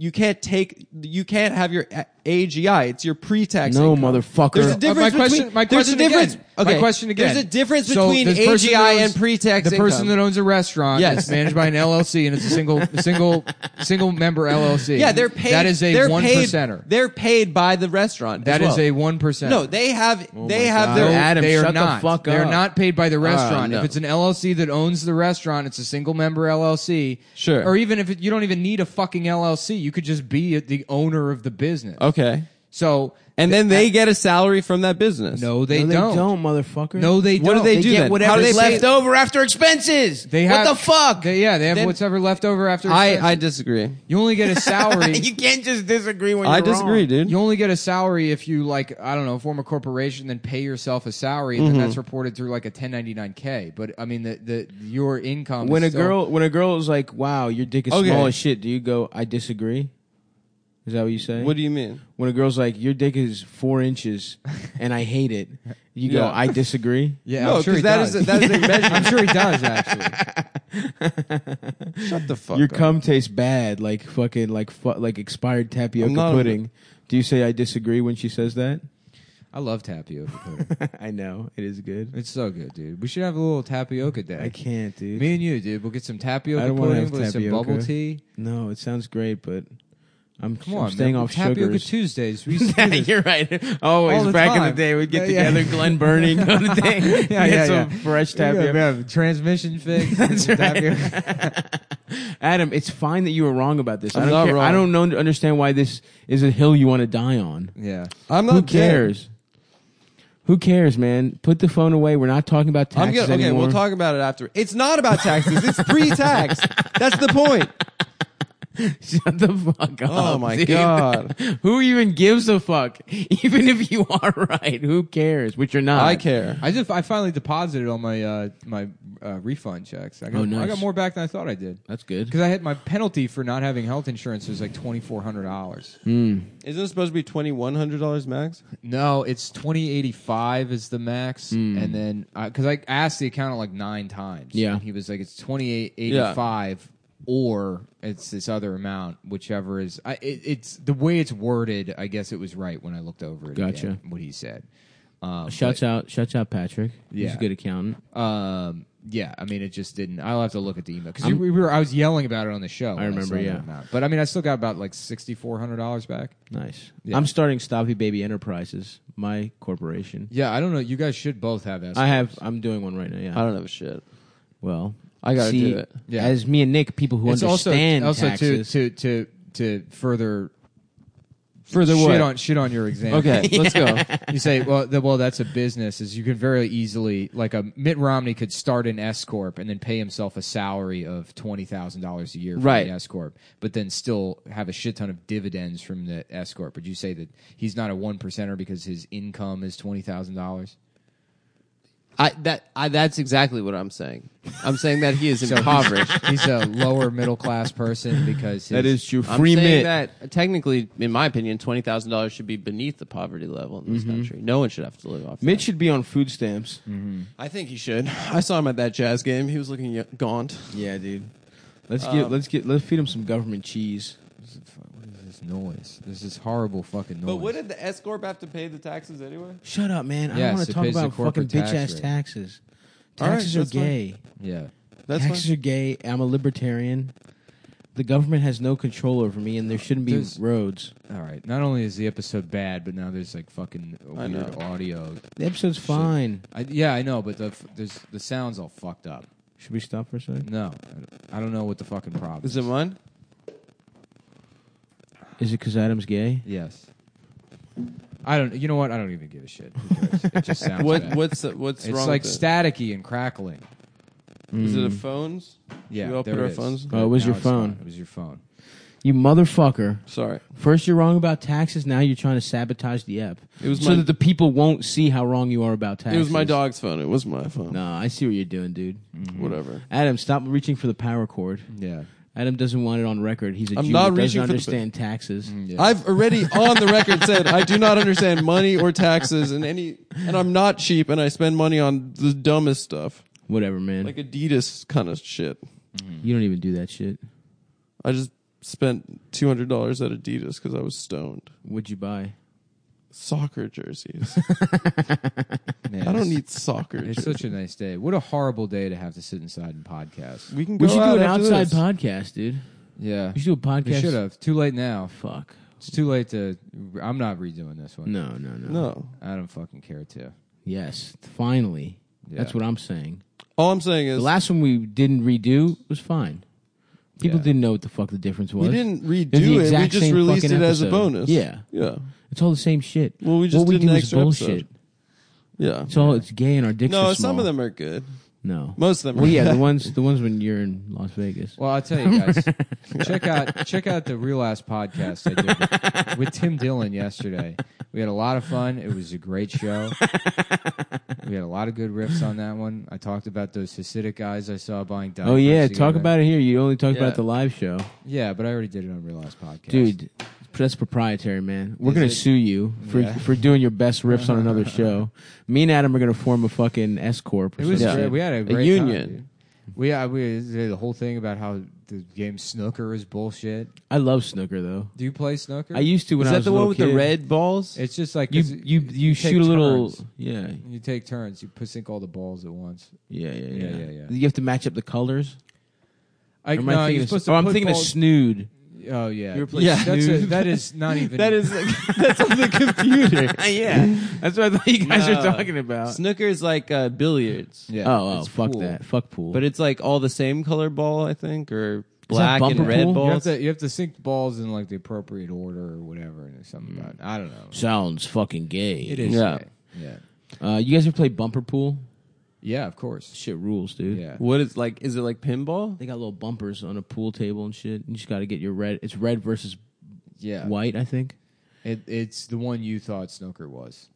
Speaker 4: You can't take. You can't have your A- AGI. It's your pre-tax.
Speaker 3: No,
Speaker 4: income.
Speaker 3: motherfucker.
Speaker 4: There's a
Speaker 3: Uh,
Speaker 4: difference
Speaker 2: my question,
Speaker 4: between.
Speaker 2: my
Speaker 4: there's
Speaker 2: question
Speaker 4: a difference.
Speaker 2: Again, my
Speaker 4: Okay.
Speaker 2: question again.
Speaker 4: There's a difference
Speaker 2: So
Speaker 4: between
Speaker 2: this person
Speaker 4: AGI
Speaker 2: owns-
Speaker 4: and pre-tax
Speaker 2: The person
Speaker 4: income.
Speaker 2: that owns a restaurant,
Speaker 4: Yes.
Speaker 2: it's managed by an LLC, and it's a single, a single, single member LLC.
Speaker 4: yeah, they're paid.
Speaker 2: That is a
Speaker 4: they're
Speaker 2: one
Speaker 4: paid-
Speaker 2: percenter.
Speaker 4: They're paid by the restaurant.
Speaker 2: That
Speaker 4: as
Speaker 2: is
Speaker 4: well.
Speaker 2: a one percent. Uh,
Speaker 4: No, they have. they have
Speaker 3: God.
Speaker 4: their.
Speaker 3: No, Adam,
Speaker 2: they are
Speaker 3: shut the
Speaker 2: not.
Speaker 3: fuck
Speaker 2: They're
Speaker 3: up.
Speaker 2: not paid by the restaurant.
Speaker 7: no.
Speaker 2: If it's an LLC that owns the restaurant, it's a single member LLC.
Speaker 4: Sure.
Speaker 2: Or even if it, you don't even need a fucking LLC, you could just be the owner of the business.
Speaker 4: Okay.
Speaker 2: So
Speaker 4: And then they get a salary from that business.
Speaker 2: no, they,
Speaker 3: no, they
Speaker 2: don't.
Speaker 3: motherfucker.
Speaker 2: No, they
Speaker 4: What do
Speaker 2: don't.
Speaker 4: they
Speaker 3: They
Speaker 4: do
Speaker 3: get
Speaker 4: then?
Speaker 3: whatever's
Speaker 4: How do they pay-
Speaker 3: left over after expenses.
Speaker 2: They
Speaker 3: what
Speaker 2: have,
Speaker 3: the fuck?
Speaker 2: They, yeah, they have
Speaker 4: Then-
Speaker 2: whatever left over after.
Speaker 4: I, I
Speaker 2: expenses.
Speaker 4: disagree.
Speaker 2: you only get a salary.
Speaker 3: you can't just disagree when
Speaker 4: I
Speaker 3: you're
Speaker 4: disagree,
Speaker 3: wrong.
Speaker 4: dude.
Speaker 2: You only get a salary if you like I don't know form a corporation, then pay yourself a salary, and then that's reported through like a 1099k. But I mean, the, the your income
Speaker 3: When
Speaker 2: is
Speaker 3: a
Speaker 2: still-
Speaker 3: girl, when a girl is like, "Wow, your dick is
Speaker 4: Okay.
Speaker 3: small as shit," do you go, "I disagree"? Is that what you say?
Speaker 4: What do you mean?
Speaker 3: when a girl's like, "Your dick is four inches, and I hate it," you go,
Speaker 4: Yeah.
Speaker 3: "I disagree."
Speaker 2: yeah,
Speaker 4: no,
Speaker 2: I'm sure he
Speaker 4: that
Speaker 2: does.
Speaker 4: is a, that is a measure.
Speaker 2: I'm sure he does actually.
Speaker 4: Shut the fuck
Speaker 3: Your
Speaker 4: up.
Speaker 3: cum tastes bad, like fucking, like fu- like expired tapioca
Speaker 4: I'm not-
Speaker 3: pudding. Do you say I disagree when she says that?
Speaker 2: I love tapioca pudding.
Speaker 3: I know it is good.
Speaker 2: It's so good, dude. We should have a little tapioca day.
Speaker 3: I can't, dude.
Speaker 2: Me and you, dude. We'll get some tapioca
Speaker 3: I don't wanna
Speaker 2: pudding,
Speaker 3: have
Speaker 2: we'll get some
Speaker 3: tapioca.
Speaker 2: bubble tea.
Speaker 3: no, it sounds great, but I'm,
Speaker 2: Come
Speaker 3: I'm
Speaker 2: on,
Speaker 3: staying
Speaker 2: man.
Speaker 3: off
Speaker 2: tapioca
Speaker 3: sugars.
Speaker 2: Tuesdays. We used to do this.
Speaker 3: You're right. Always
Speaker 2: All the
Speaker 3: back in
Speaker 2: time.
Speaker 3: the day, we'd get
Speaker 2: Yeah, yeah.
Speaker 3: together, Glenn Burning, go to the day,
Speaker 2: Yeah,
Speaker 3: get
Speaker 2: yeah,
Speaker 3: some
Speaker 2: yeah.
Speaker 3: fresh
Speaker 2: Yeah,
Speaker 3: tapioca.
Speaker 2: we have transmission fix. tapioca.
Speaker 3: Adam, it's fine that you were wrong about this. I'm I do
Speaker 4: not
Speaker 3: care.
Speaker 4: wrong.
Speaker 3: I don't know, understand why this is a hill you want to die on.
Speaker 2: Yeah.
Speaker 4: I'm not
Speaker 3: Who
Speaker 4: dead.
Speaker 3: cares? Who cares, man? Put the phone away. We're not talking about
Speaker 4: I'm
Speaker 3: taxes
Speaker 4: gonna, okay,
Speaker 3: anymore.
Speaker 4: we'll talk about it after. It's not about taxes. It's pre-tax. That's the point.
Speaker 3: Shut the fuck up.
Speaker 4: Oh, my
Speaker 3: dude.
Speaker 4: God.
Speaker 3: who even gives a fuck? Even if you are right, who cares? Which you're not.
Speaker 6: I care.
Speaker 2: I just I finally deposited all my uh, my uh, refund checks. I got
Speaker 3: Oh, nice.
Speaker 2: I got more back than I thought I did
Speaker 3: That's good.
Speaker 2: because I had my penalty for not having health insurance was like twenty four hundred dollars.
Speaker 6: Isn't it supposed to be twenty one hundred dollars max?
Speaker 2: No, it's twenty eighty five is the max, and then because I asked the accountant like nine times,
Speaker 3: Yeah.
Speaker 2: and he was like, "It's twenty eight eighty five, or it's this other amount, whichever is." I, it, it's the way it's worded. I guess it was right when I looked over it.
Speaker 3: Gotcha.
Speaker 2: again, what he said. Um,
Speaker 3: Shouts out, shouts out, Patrick. He's
Speaker 2: Yeah.
Speaker 3: a good accountant.
Speaker 2: but, um, yeah, I mean, it just didn't. I'll have to look at the email because we were. I was yelling about it on the show. when
Speaker 3: remember,
Speaker 2: saw that
Speaker 3: yeah.
Speaker 2: amount. but I mean, I still got about like sixty four hundred dollars back.
Speaker 3: Nice.
Speaker 2: Yeah.
Speaker 3: I'm starting Stoppy Baby Enterprises, my corporation.
Speaker 2: Yeah, I don't know. You guys should both have S.
Speaker 3: I have. I'm doing one right now. Yeah.
Speaker 4: I don't have a shit.
Speaker 3: well,
Speaker 4: I gotta
Speaker 3: see,
Speaker 4: do it.
Speaker 2: Yeah.
Speaker 3: As me and Nick, people who
Speaker 2: it's also
Speaker 3: understand
Speaker 2: also to
Speaker 3: taxes.
Speaker 2: to to to further
Speaker 4: Further
Speaker 2: shit
Speaker 4: what?
Speaker 2: on shit on your example.
Speaker 4: Okay, let's go.
Speaker 2: you say well the, well that's a business is you could very easily like a Mitt Romney could start an S corp and then pay himself a salary of twenty thousand dollars a year from
Speaker 4: Right.
Speaker 2: the S corp, but then still have a shit ton of dividends from the S corp. Would you say that he's not a one percenter because his income is twenty thousand dollars?
Speaker 4: I that I that's exactly what I'm saying. I'm saying that he is impoverished.
Speaker 2: He's a lower middle class person because his,
Speaker 3: that is true.
Speaker 4: I'm
Speaker 3: Free mint.
Speaker 4: saying that uh, technically, in my opinion, twenty thousand dollars should be beneath the poverty level in this country. No one should have to live off.
Speaker 3: Mm-hmm. Mitch should be on food stamps.
Speaker 4: that. I think he should. I saw him at that jazz game. He was looking y- gaunt.
Speaker 3: Yeah, dude. Um, Let's get let's get let's feed him some government cheese.
Speaker 2: What is this noise? This is horrible fucking noise.
Speaker 6: did the S corp have to pay the taxes anyway?
Speaker 3: Shut up, man. I
Speaker 2: Yes,
Speaker 3: don't want
Speaker 2: it
Speaker 3: to talk
Speaker 2: pays the
Speaker 3: about fucking
Speaker 2: corporate
Speaker 3: bitch
Speaker 2: tax
Speaker 3: ass
Speaker 2: rate.
Speaker 3: taxes.
Speaker 6: All right,
Speaker 3: Taxes are
Speaker 6: that's fine.
Speaker 3: gay.
Speaker 2: yeah.
Speaker 6: That's
Speaker 3: taxes
Speaker 6: fine.
Speaker 3: are gay. I'm a libertarian. The government has no control over me, and there shouldn't be
Speaker 2: There's-
Speaker 3: roads.
Speaker 2: All right. Not only is the episode bad, but now there's like fucking
Speaker 4: I know.
Speaker 2: weird audio.
Speaker 3: The episode's fine.
Speaker 2: I, yeah, I know, but the f- there's the sounds all fucked up.
Speaker 3: Should we stop for a second?
Speaker 2: No, I don't- I don't know what the fucking problem is.
Speaker 4: Is it mine?
Speaker 3: Is it because Adam's gay?
Speaker 2: yes. I don't. You know what? I don't even give a shit. Who cares? It just sounds
Speaker 4: What
Speaker 2: bad.
Speaker 4: what's uh, what's
Speaker 2: it's
Speaker 4: wrong?
Speaker 2: like
Speaker 4: with
Speaker 2: staticky and crackling.
Speaker 4: it? Is it
Speaker 3: Mm.
Speaker 4: a phones?
Speaker 2: Yeah,
Speaker 4: we all
Speaker 2: there
Speaker 4: put
Speaker 2: it
Speaker 4: our
Speaker 2: is.
Speaker 4: phones.
Speaker 3: Oh, it was
Speaker 2: Now
Speaker 3: your
Speaker 2: it's gone.
Speaker 3: phone.
Speaker 2: It was your phone.
Speaker 3: You motherfucker.
Speaker 4: Sorry,
Speaker 3: First, you're wrong about taxes. Now you're trying to sabotage the app
Speaker 4: It was
Speaker 3: so
Speaker 4: my-
Speaker 3: that the people won't see how wrong you are about taxes.
Speaker 4: it was my Mm. dog's phone. It was my phone.
Speaker 3: No, I see what you're doing, dude.
Speaker 4: Whatever.
Speaker 3: Adam, stop reaching for the power cord.
Speaker 2: Yeah.
Speaker 3: Adam doesn't want it on record. He's a
Speaker 4: I'm
Speaker 3: Jew
Speaker 4: not
Speaker 3: who doesn't
Speaker 4: reaching for the- Mm,
Speaker 3: understand taxes.
Speaker 4: I've already on the record said I do not understand money or taxes and any, and I'm not cheap and I spend money on the dumbest stuff
Speaker 3: Whatever, man.
Speaker 4: like Adidas kind of shit.
Speaker 3: you don't even do that shit.
Speaker 4: I just spent two hundred dollars at Adidas because I was stoned.
Speaker 3: What'd you buy?
Speaker 4: Soccer jerseys.
Speaker 2: Man,
Speaker 4: I don't
Speaker 2: it's-
Speaker 4: need soccer.
Speaker 2: It's
Speaker 4: jerseys.
Speaker 2: such a nice day. What a horrible day to have to sit inside and podcast.
Speaker 4: we can go
Speaker 3: We should do
Speaker 4: out
Speaker 3: an
Speaker 4: after
Speaker 3: outside
Speaker 4: this.
Speaker 3: podcast, dude.
Speaker 2: Yeah.
Speaker 3: We should do a podcast.
Speaker 2: should have. Too late now.
Speaker 3: Fuck.
Speaker 2: It's too late to. I'm not redoing this one.
Speaker 3: No, no, no.
Speaker 4: No.
Speaker 2: I don't fucking care to.
Speaker 3: Yes, finally.
Speaker 2: Yeah.
Speaker 3: That's what I'm saying.
Speaker 4: All I'm saying
Speaker 3: The
Speaker 4: is
Speaker 3: last one we didn't redo was fine. People
Speaker 2: Yeah.
Speaker 3: didn't know what the fuck the difference was.
Speaker 4: we didn't
Speaker 3: It's the
Speaker 4: redo it. We
Speaker 3: exact
Speaker 4: just
Speaker 3: same
Speaker 4: released it
Speaker 3: fucking
Speaker 4: as a
Speaker 3: episode.
Speaker 4: bonus.
Speaker 3: Yeah.
Speaker 4: Yeah.
Speaker 3: It's all the same shit.
Speaker 4: Well, we just
Speaker 3: what we
Speaker 4: did an
Speaker 3: do is
Speaker 4: extra
Speaker 3: bullshit.
Speaker 4: episode. Yeah.
Speaker 3: It's all it's gay and our dicks
Speaker 4: No,
Speaker 3: are small.
Speaker 4: some of them are good.
Speaker 3: No,
Speaker 4: Most of them.
Speaker 3: Well,
Speaker 4: are
Speaker 3: yeah, the
Speaker 4: bad.
Speaker 3: ones the ones when you're in Las Vegas.
Speaker 2: Well, I'll tell you guys. check out check out the real ass podcast I did with, with Tim Dillon yesterday. We had a lot of fun. It was a great show. we had a lot of good riffs on that one. I talked about those Hasidic guys I saw buying diapers.
Speaker 3: Oh yeah, talk
Speaker 2: together.
Speaker 3: about it here. You only talked
Speaker 4: Yeah.
Speaker 3: about the live show,
Speaker 2: Yeah, but I already did it on real ass podcast,
Speaker 3: dude. That's proprietary, man. We're
Speaker 2: Is
Speaker 3: gonna
Speaker 2: it?
Speaker 3: sue you for
Speaker 2: Yeah.
Speaker 3: for doing your best riffs on another show. Me and Adam are gonna form a fucking S corp. or
Speaker 2: It was
Speaker 3: some
Speaker 2: great.
Speaker 3: shit.
Speaker 2: We had a great
Speaker 4: union.
Speaker 2: Time, dude. We uh, we did the whole thing about how the game snooker is bullshit.
Speaker 3: I love snooker though.
Speaker 2: Do you play snooker?
Speaker 3: I used to when I
Speaker 4: Is that
Speaker 3: was
Speaker 4: the
Speaker 3: a
Speaker 4: one
Speaker 3: little
Speaker 4: with
Speaker 3: kid.
Speaker 4: the red balls?
Speaker 2: It's just like
Speaker 3: You
Speaker 2: 'cause
Speaker 3: you you
Speaker 2: take
Speaker 3: shoot a little.
Speaker 2: turns.
Speaker 3: Yeah,
Speaker 2: You take turns. You p- sink all the balls at once.
Speaker 3: yeah, yeah, yeah,
Speaker 2: Yeah, yeah, yeah.
Speaker 3: You have to match up the colors.
Speaker 2: I,
Speaker 3: Or am I
Speaker 2: no,
Speaker 3: thinking
Speaker 2: you're
Speaker 3: of-
Speaker 2: supposed
Speaker 3: oh,
Speaker 2: to.
Speaker 3: I'm
Speaker 2: put
Speaker 3: thinking
Speaker 2: balls-
Speaker 3: of snood.
Speaker 2: Oh yeah,
Speaker 3: You were playing
Speaker 2: yeah. That's a,
Speaker 3: Snoop.
Speaker 2: that is not even.
Speaker 4: That is like, that's on the computer.
Speaker 3: yeah, that's what I thought you guys
Speaker 4: No.
Speaker 3: were talking about.
Speaker 4: Snooker is like uh, billiards,
Speaker 2: Yeah.
Speaker 3: oh, oh,
Speaker 2: It's
Speaker 3: fuck
Speaker 2: pool.
Speaker 3: that, fuck pool.
Speaker 4: but it's like all the same color ball, I think, or black and
Speaker 3: bumper
Speaker 4: red
Speaker 3: pool?
Speaker 2: You have
Speaker 4: balls.
Speaker 2: to you have to sink balls in like the appropriate order or whatever, and there's
Speaker 3: Mm.
Speaker 2: something about. It. I don't know.
Speaker 3: sounds fucking gay.
Speaker 2: It is.
Speaker 4: Yeah.
Speaker 2: gay. Yeah.
Speaker 3: Uh, you guys ever play bumper pool?
Speaker 2: Yeah, of course.
Speaker 3: Shit rules, dude.
Speaker 2: Yeah.
Speaker 4: What is like? Is it like pinball?
Speaker 3: They got little bumpers on a pool table and shit. You just got to get your red. It's red versus
Speaker 2: Yeah.
Speaker 3: white, I think.
Speaker 2: It, it's the one you thought snooker was.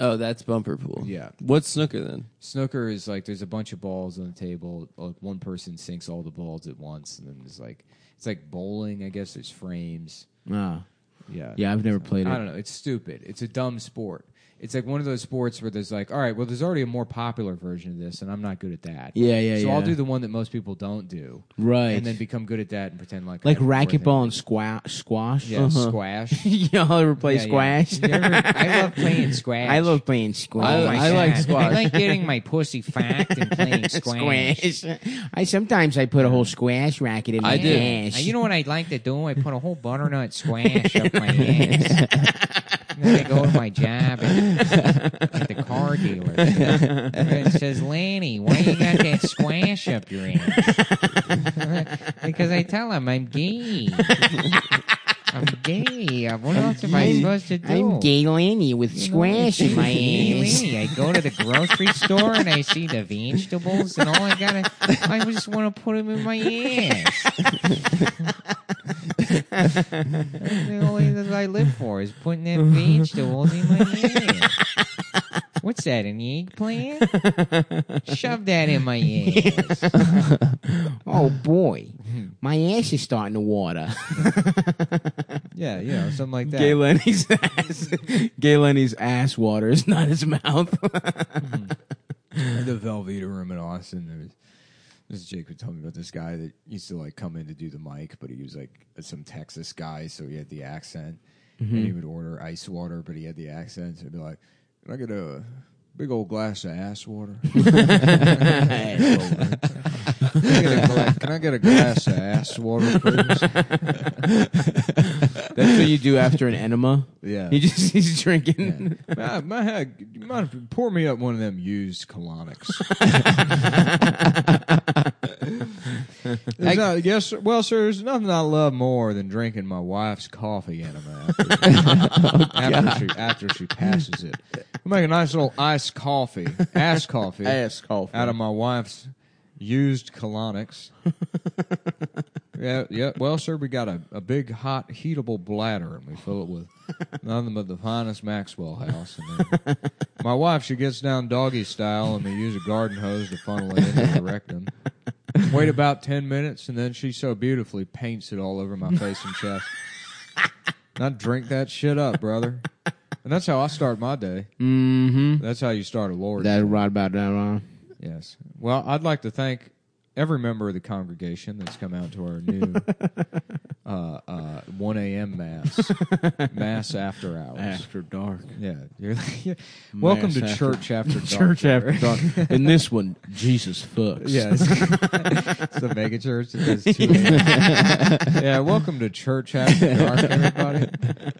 Speaker 4: Oh, that's bumper pool.
Speaker 2: Yeah.
Speaker 4: What's snooker then?
Speaker 2: Snooker is like there's a bunch of balls on the table. Like one person sinks all the balls at once, and then it's like it's like bowling. I guess there's frames.
Speaker 3: Ah,
Speaker 2: Yeah.
Speaker 3: yeah. I've never played it.
Speaker 2: I don't know. It's stupid. It's a dumb sport. It's like one of those sports where there's like, all right, well, there's already a more popular version of this, and I'm not good at that.
Speaker 3: Yeah, yeah,
Speaker 2: So I'll
Speaker 3: yeah.
Speaker 2: do the one that most people don't do,
Speaker 3: Right.
Speaker 2: And then become good at that and pretend like I
Speaker 3: like
Speaker 2: have it worth it.
Speaker 3: racquetball and squash. Squash. Uh-huh.
Speaker 2: yeah, squash.
Speaker 3: Y'all ever play
Speaker 2: Yeah, yeah.
Speaker 3: squash?
Speaker 2: You ever- I love playing squash.
Speaker 3: I love playing squash.
Speaker 4: I- I like squash.
Speaker 5: I like getting my pussy fucked and playing squash.
Speaker 3: squash. I sometimes I put a whole squash racket in my
Speaker 4: I do.
Speaker 5: Uh,
Speaker 3: ass.
Speaker 5: You know what I like to do? I put a whole butternut squash up my ass. And then I go to my job at, at the car dealer. And it says, Lanny, why you got that squash up your ass? because I tell him I'm gay. I'm gay. What else am I supposed to do?
Speaker 3: I'm gay Lanny with squash in my ass.
Speaker 5: Really? I go to the grocery store and I see the vegetables and all I gotta, I just want to put them in my ass. That's the only thing I live for is putting them vegetables in my ass. What's that, an eggplant? Shove that in my ass.
Speaker 3: Oh boy, my ass is starting to water.
Speaker 2: yeah, you know, something like that.
Speaker 3: Gay Lenny's ass. Gay Lenny's ass waters, not his mouth.
Speaker 2: in the Velveeta room in Austin, there was this Jake would tell me about this guy that used to like come in to do the mic, but he was like some Texas guy, so he had the accent, and he
Speaker 3: Mm-hmm.
Speaker 2: would order ice water, but he had the accent, so he'd be like, "Can I get a big old glass of ass water? Can I get a, gla- can I get a glass of ass water, please?"
Speaker 3: That's what you do after an enema.
Speaker 2: Yeah.
Speaker 3: You just he's drinking.
Speaker 2: my, my head, you mind if you pour me up one of them used colonics? There's not- yes, sir- well, sir, there's nothing I love more than drinking my wife's coffee enema after, after, she, after she passes it. I make a nice little iced coffee, ass coffee,
Speaker 3: Ass coffee.
Speaker 2: out of my wife's used colonics. yeah, yeah. Well, sir, we got a, a big, hot, heatable bladder, and we fill it with nothing but the finest Maxwell House. And then my wife, she gets down doggy style, and we use a garden hose to funnel it into the rectum. Wait about ten minutes, and then she so beautifully paints it all over my face and chest. And I drink that shit up, brother. And that's how I start my day. Mm-hmm. That's how you start a Lord's
Speaker 3: That right about that wrong.
Speaker 2: Yes. Well, I'd like to thank every member of the congregation that's come out to our new uh, uh, 1 a.m. mass, mass after hours.
Speaker 3: dark.
Speaker 2: Yeah. You're like, yeah. Welcome to
Speaker 3: Ah. after-
Speaker 2: church after dark.
Speaker 3: Church after
Speaker 2: Derek.
Speaker 3: dark. In this one, Jesus fucks.
Speaker 2: Yeah, it's, it's a mega church that does two. a.m. yeah, welcome to church after dark, everybody.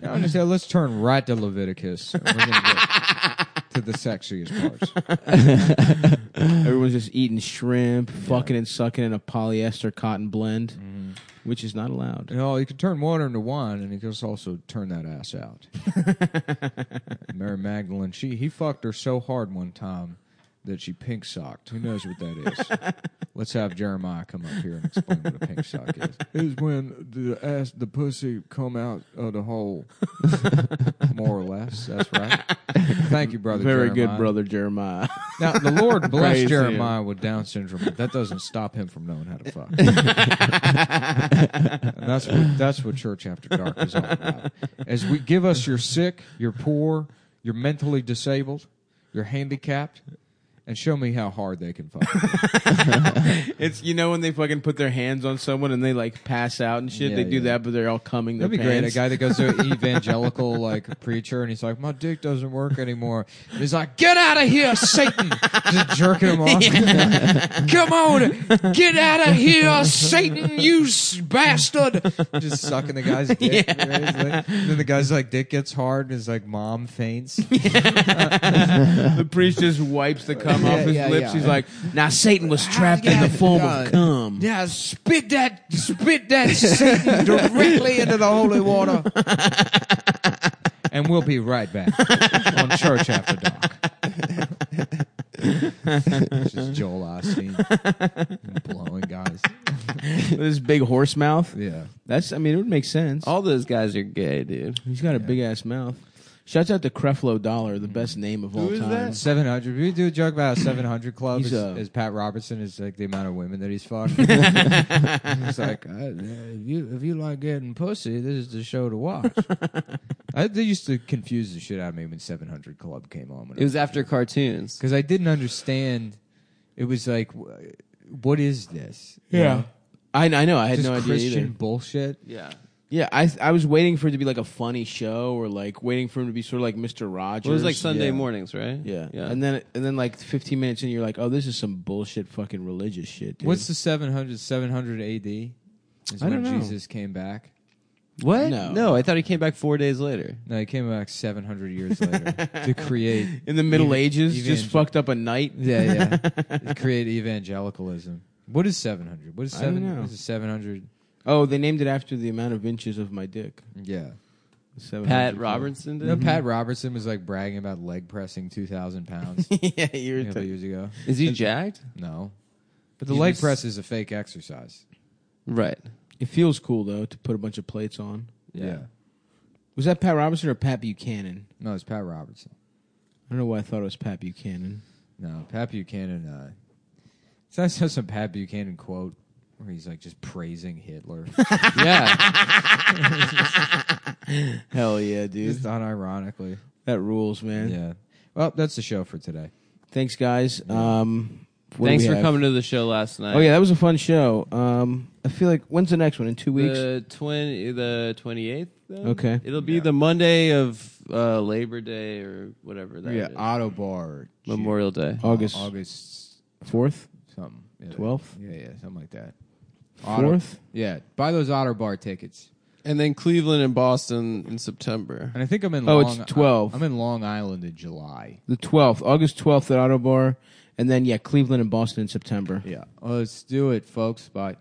Speaker 2: I'm just saying, let's turn right to Leviticus. We're gonna get to the sexiest parts.
Speaker 3: Everyone's just eating shrimp, fucking and sucking in a polyester cotton blend, which is not allowed.
Speaker 2: You know, you can turn water into wine, and you can also turn that ass out. Mary Magdalene, she he fucked her so hard one time that she pink socked. Who knows what that is? Let's have Jeremiah come up here and explain what a pink sock is. Is when the ass, the pussy, come out of the hole, more or less. That's right. Thank you, brother.
Speaker 3: Very
Speaker 2: Jeremiah.
Speaker 3: good, brother Jeremiah.
Speaker 2: Now the Lord blessed
Speaker 3: Praise
Speaker 2: Jeremiah with Down syndrome, but that doesn't stop him from knowing how to fuck. and that's what that's what church after dark is all about. As we give us your sick, your poor, you're mentally disabled, you're handicapped, and show me how hard they can fuck.
Speaker 3: it's you know when they fucking put their hands on someone and they like pass out and shit.
Speaker 2: Yeah,
Speaker 3: they do
Speaker 2: yeah.
Speaker 3: that, but they're all coming.
Speaker 2: That'd be great. A guy that goes to an evangelical like preacher and he's like, My dick doesn't work anymore. And he's like, Get out of here, Satan. Just jerking him off. Come on, get out of here, Satan, you s- bastard. Just sucking the guy's dick. right? He's like- and then the guy's like, dick gets hard and his like mom faints.
Speaker 3: the priest just wipes the cum off his
Speaker 2: yeah,
Speaker 3: lips.
Speaker 2: yeah.
Speaker 3: He's like, "Now Satan was trapped in the form of cum."
Speaker 2: Yeah, spit that spit that Satan directly into the holy water. and we'll be right back on Church After Dark. It's just Joel Osteen blowing guys.
Speaker 3: With his big horse mouth.
Speaker 2: Yeah.
Speaker 3: That's. I mean, it would make sense.
Speaker 4: All those guys are gay, dude.
Speaker 3: He's got a big ass mouth. Shouts out to Creflo Dollar, the best name of all
Speaker 6: is
Speaker 3: time.
Speaker 6: that?
Speaker 2: 700. We do a joke about a 700 club.
Speaker 3: He's,
Speaker 2: Is,
Speaker 3: uh,
Speaker 2: is Pat Robertson is like the amount of women that he's fucked. he's like, I, if you if you like getting pussy, this is the show to watch. I, they used to confuse the shit out of me when 700 Club came on.
Speaker 4: It was after cartoons.
Speaker 2: because I didn't understand. It was like, wh- what is this? You know?
Speaker 3: I, I know. I had
Speaker 2: Just
Speaker 3: no idea
Speaker 2: Christian
Speaker 3: either.
Speaker 2: bullshit.
Speaker 4: Yeah.
Speaker 3: Yeah, I I was waiting for it to be like a funny show or like waiting for him to be sort of like Mr. Rogers.
Speaker 4: Well, it was like Sunday
Speaker 3: Yeah.
Speaker 4: mornings, right?
Speaker 3: Yeah.
Speaker 4: Yeah.
Speaker 3: and then and then like 15 minutes in, you're like, oh, this is some bullshit, fucking religious shit. Dude.
Speaker 2: What's the 700? 700 AD is
Speaker 3: I
Speaker 2: when
Speaker 3: don't know.
Speaker 2: Jesus came back.
Speaker 4: what?
Speaker 3: No.
Speaker 4: no, I thought he came back four days later.
Speaker 2: No, he came back 700 years later to create.
Speaker 3: in the Middle
Speaker 2: Evan-
Speaker 3: Ages? Just
Speaker 2: evangel-
Speaker 3: fucked up a night.
Speaker 2: Yeah, yeah. to create evangelicalism. What is 700? What is
Speaker 3: I don't
Speaker 2: seven?
Speaker 3: know.
Speaker 2: What is 700?
Speaker 3: Oh, they named it after the amount of inches of my dick.
Speaker 2: Yeah.
Speaker 3: Mm-hmm.
Speaker 4: Pat
Speaker 3: 700.
Speaker 4: Robertson did.
Speaker 2: No,
Speaker 3: Mm-hmm.
Speaker 2: Pat Robertson was like bragging about leg pressing 2,000 pounds a
Speaker 3: yeah, you're.
Speaker 2: couple
Speaker 3: T-
Speaker 2: years ago.
Speaker 4: Is he jacked?
Speaker 2: No. But the
Speaker 3: He
Speaker 2: leg
Speaker 3: was-
Speaker 2: press is a fake exercise.
Speaker 4: Right.
Speaker 3: it feels cool though to put a bunch of plates on.
Speaker 2: Yeah.
Speaker 3: Was that Pat Robertson or Pat Buchanan?
Speaker 2: No, it's Pat Robertson.
Speaker 3: I don't know why I thought it was Pat Buchanan.
Speaker 2: No, Pat Buchanan. Uh, it's not just some Pat Buchanan quote where he's like just praising Hitler.
Speaker 4: Yeah.
Speaker 3: Hell yeah, dude.
Speaker 2: just unironically.
Speaker 3: That rules, man.
Speaker 2: Yeah. Well, that's the show for today.
Speaker 3: Thanks, guys. Um, what do
Speaker 4: Thanks
Speaker 3: we
Speaker 4: for
Speaker 3: have?
Speaker 4: coming to the show last night.
Speaker 3: Oh yeah, that was a fun show. Um, I feel like when's the next one? In two
Speaker 4: Uh,
Speaker 3: weeks.
Speaker 4: The twenty, the twenty eighth.
Speaker 3: Okay.
Speaker 4: It'll be the Monday of uh, Labor Day or whatever that
Speaker 2: yeah,
Speaker 4: is.
Speaker 2: Auto Bar.
Speaker 4: Memorial Day.
Speaker 3: August
Speaker 2: August
Speaker 3: fourth,
Speaker 2: something. Yeah.
Speaker 3: Twelfth?
Speaker 2: Yeah, yeah, something like that. Otter-
Speaker 3: fourth.
Speaker 2: Yeah, buy those Otter Bar tickets.
Speaker 4: And then Cleveland and Boston in September.
Speaker 2: And I think I'm in.
Speaker 3: Oh,
Speaker 2: Long,
Speaker 3: it's 12.
Speaker 2: I, am in Long Island in July.
Speaker 3: The twelfth, August twelfth at Auto Bar, and then yeah, Cleveland and Boston in September.
Speaker 2: Yeah, let's do it, folks. Bye.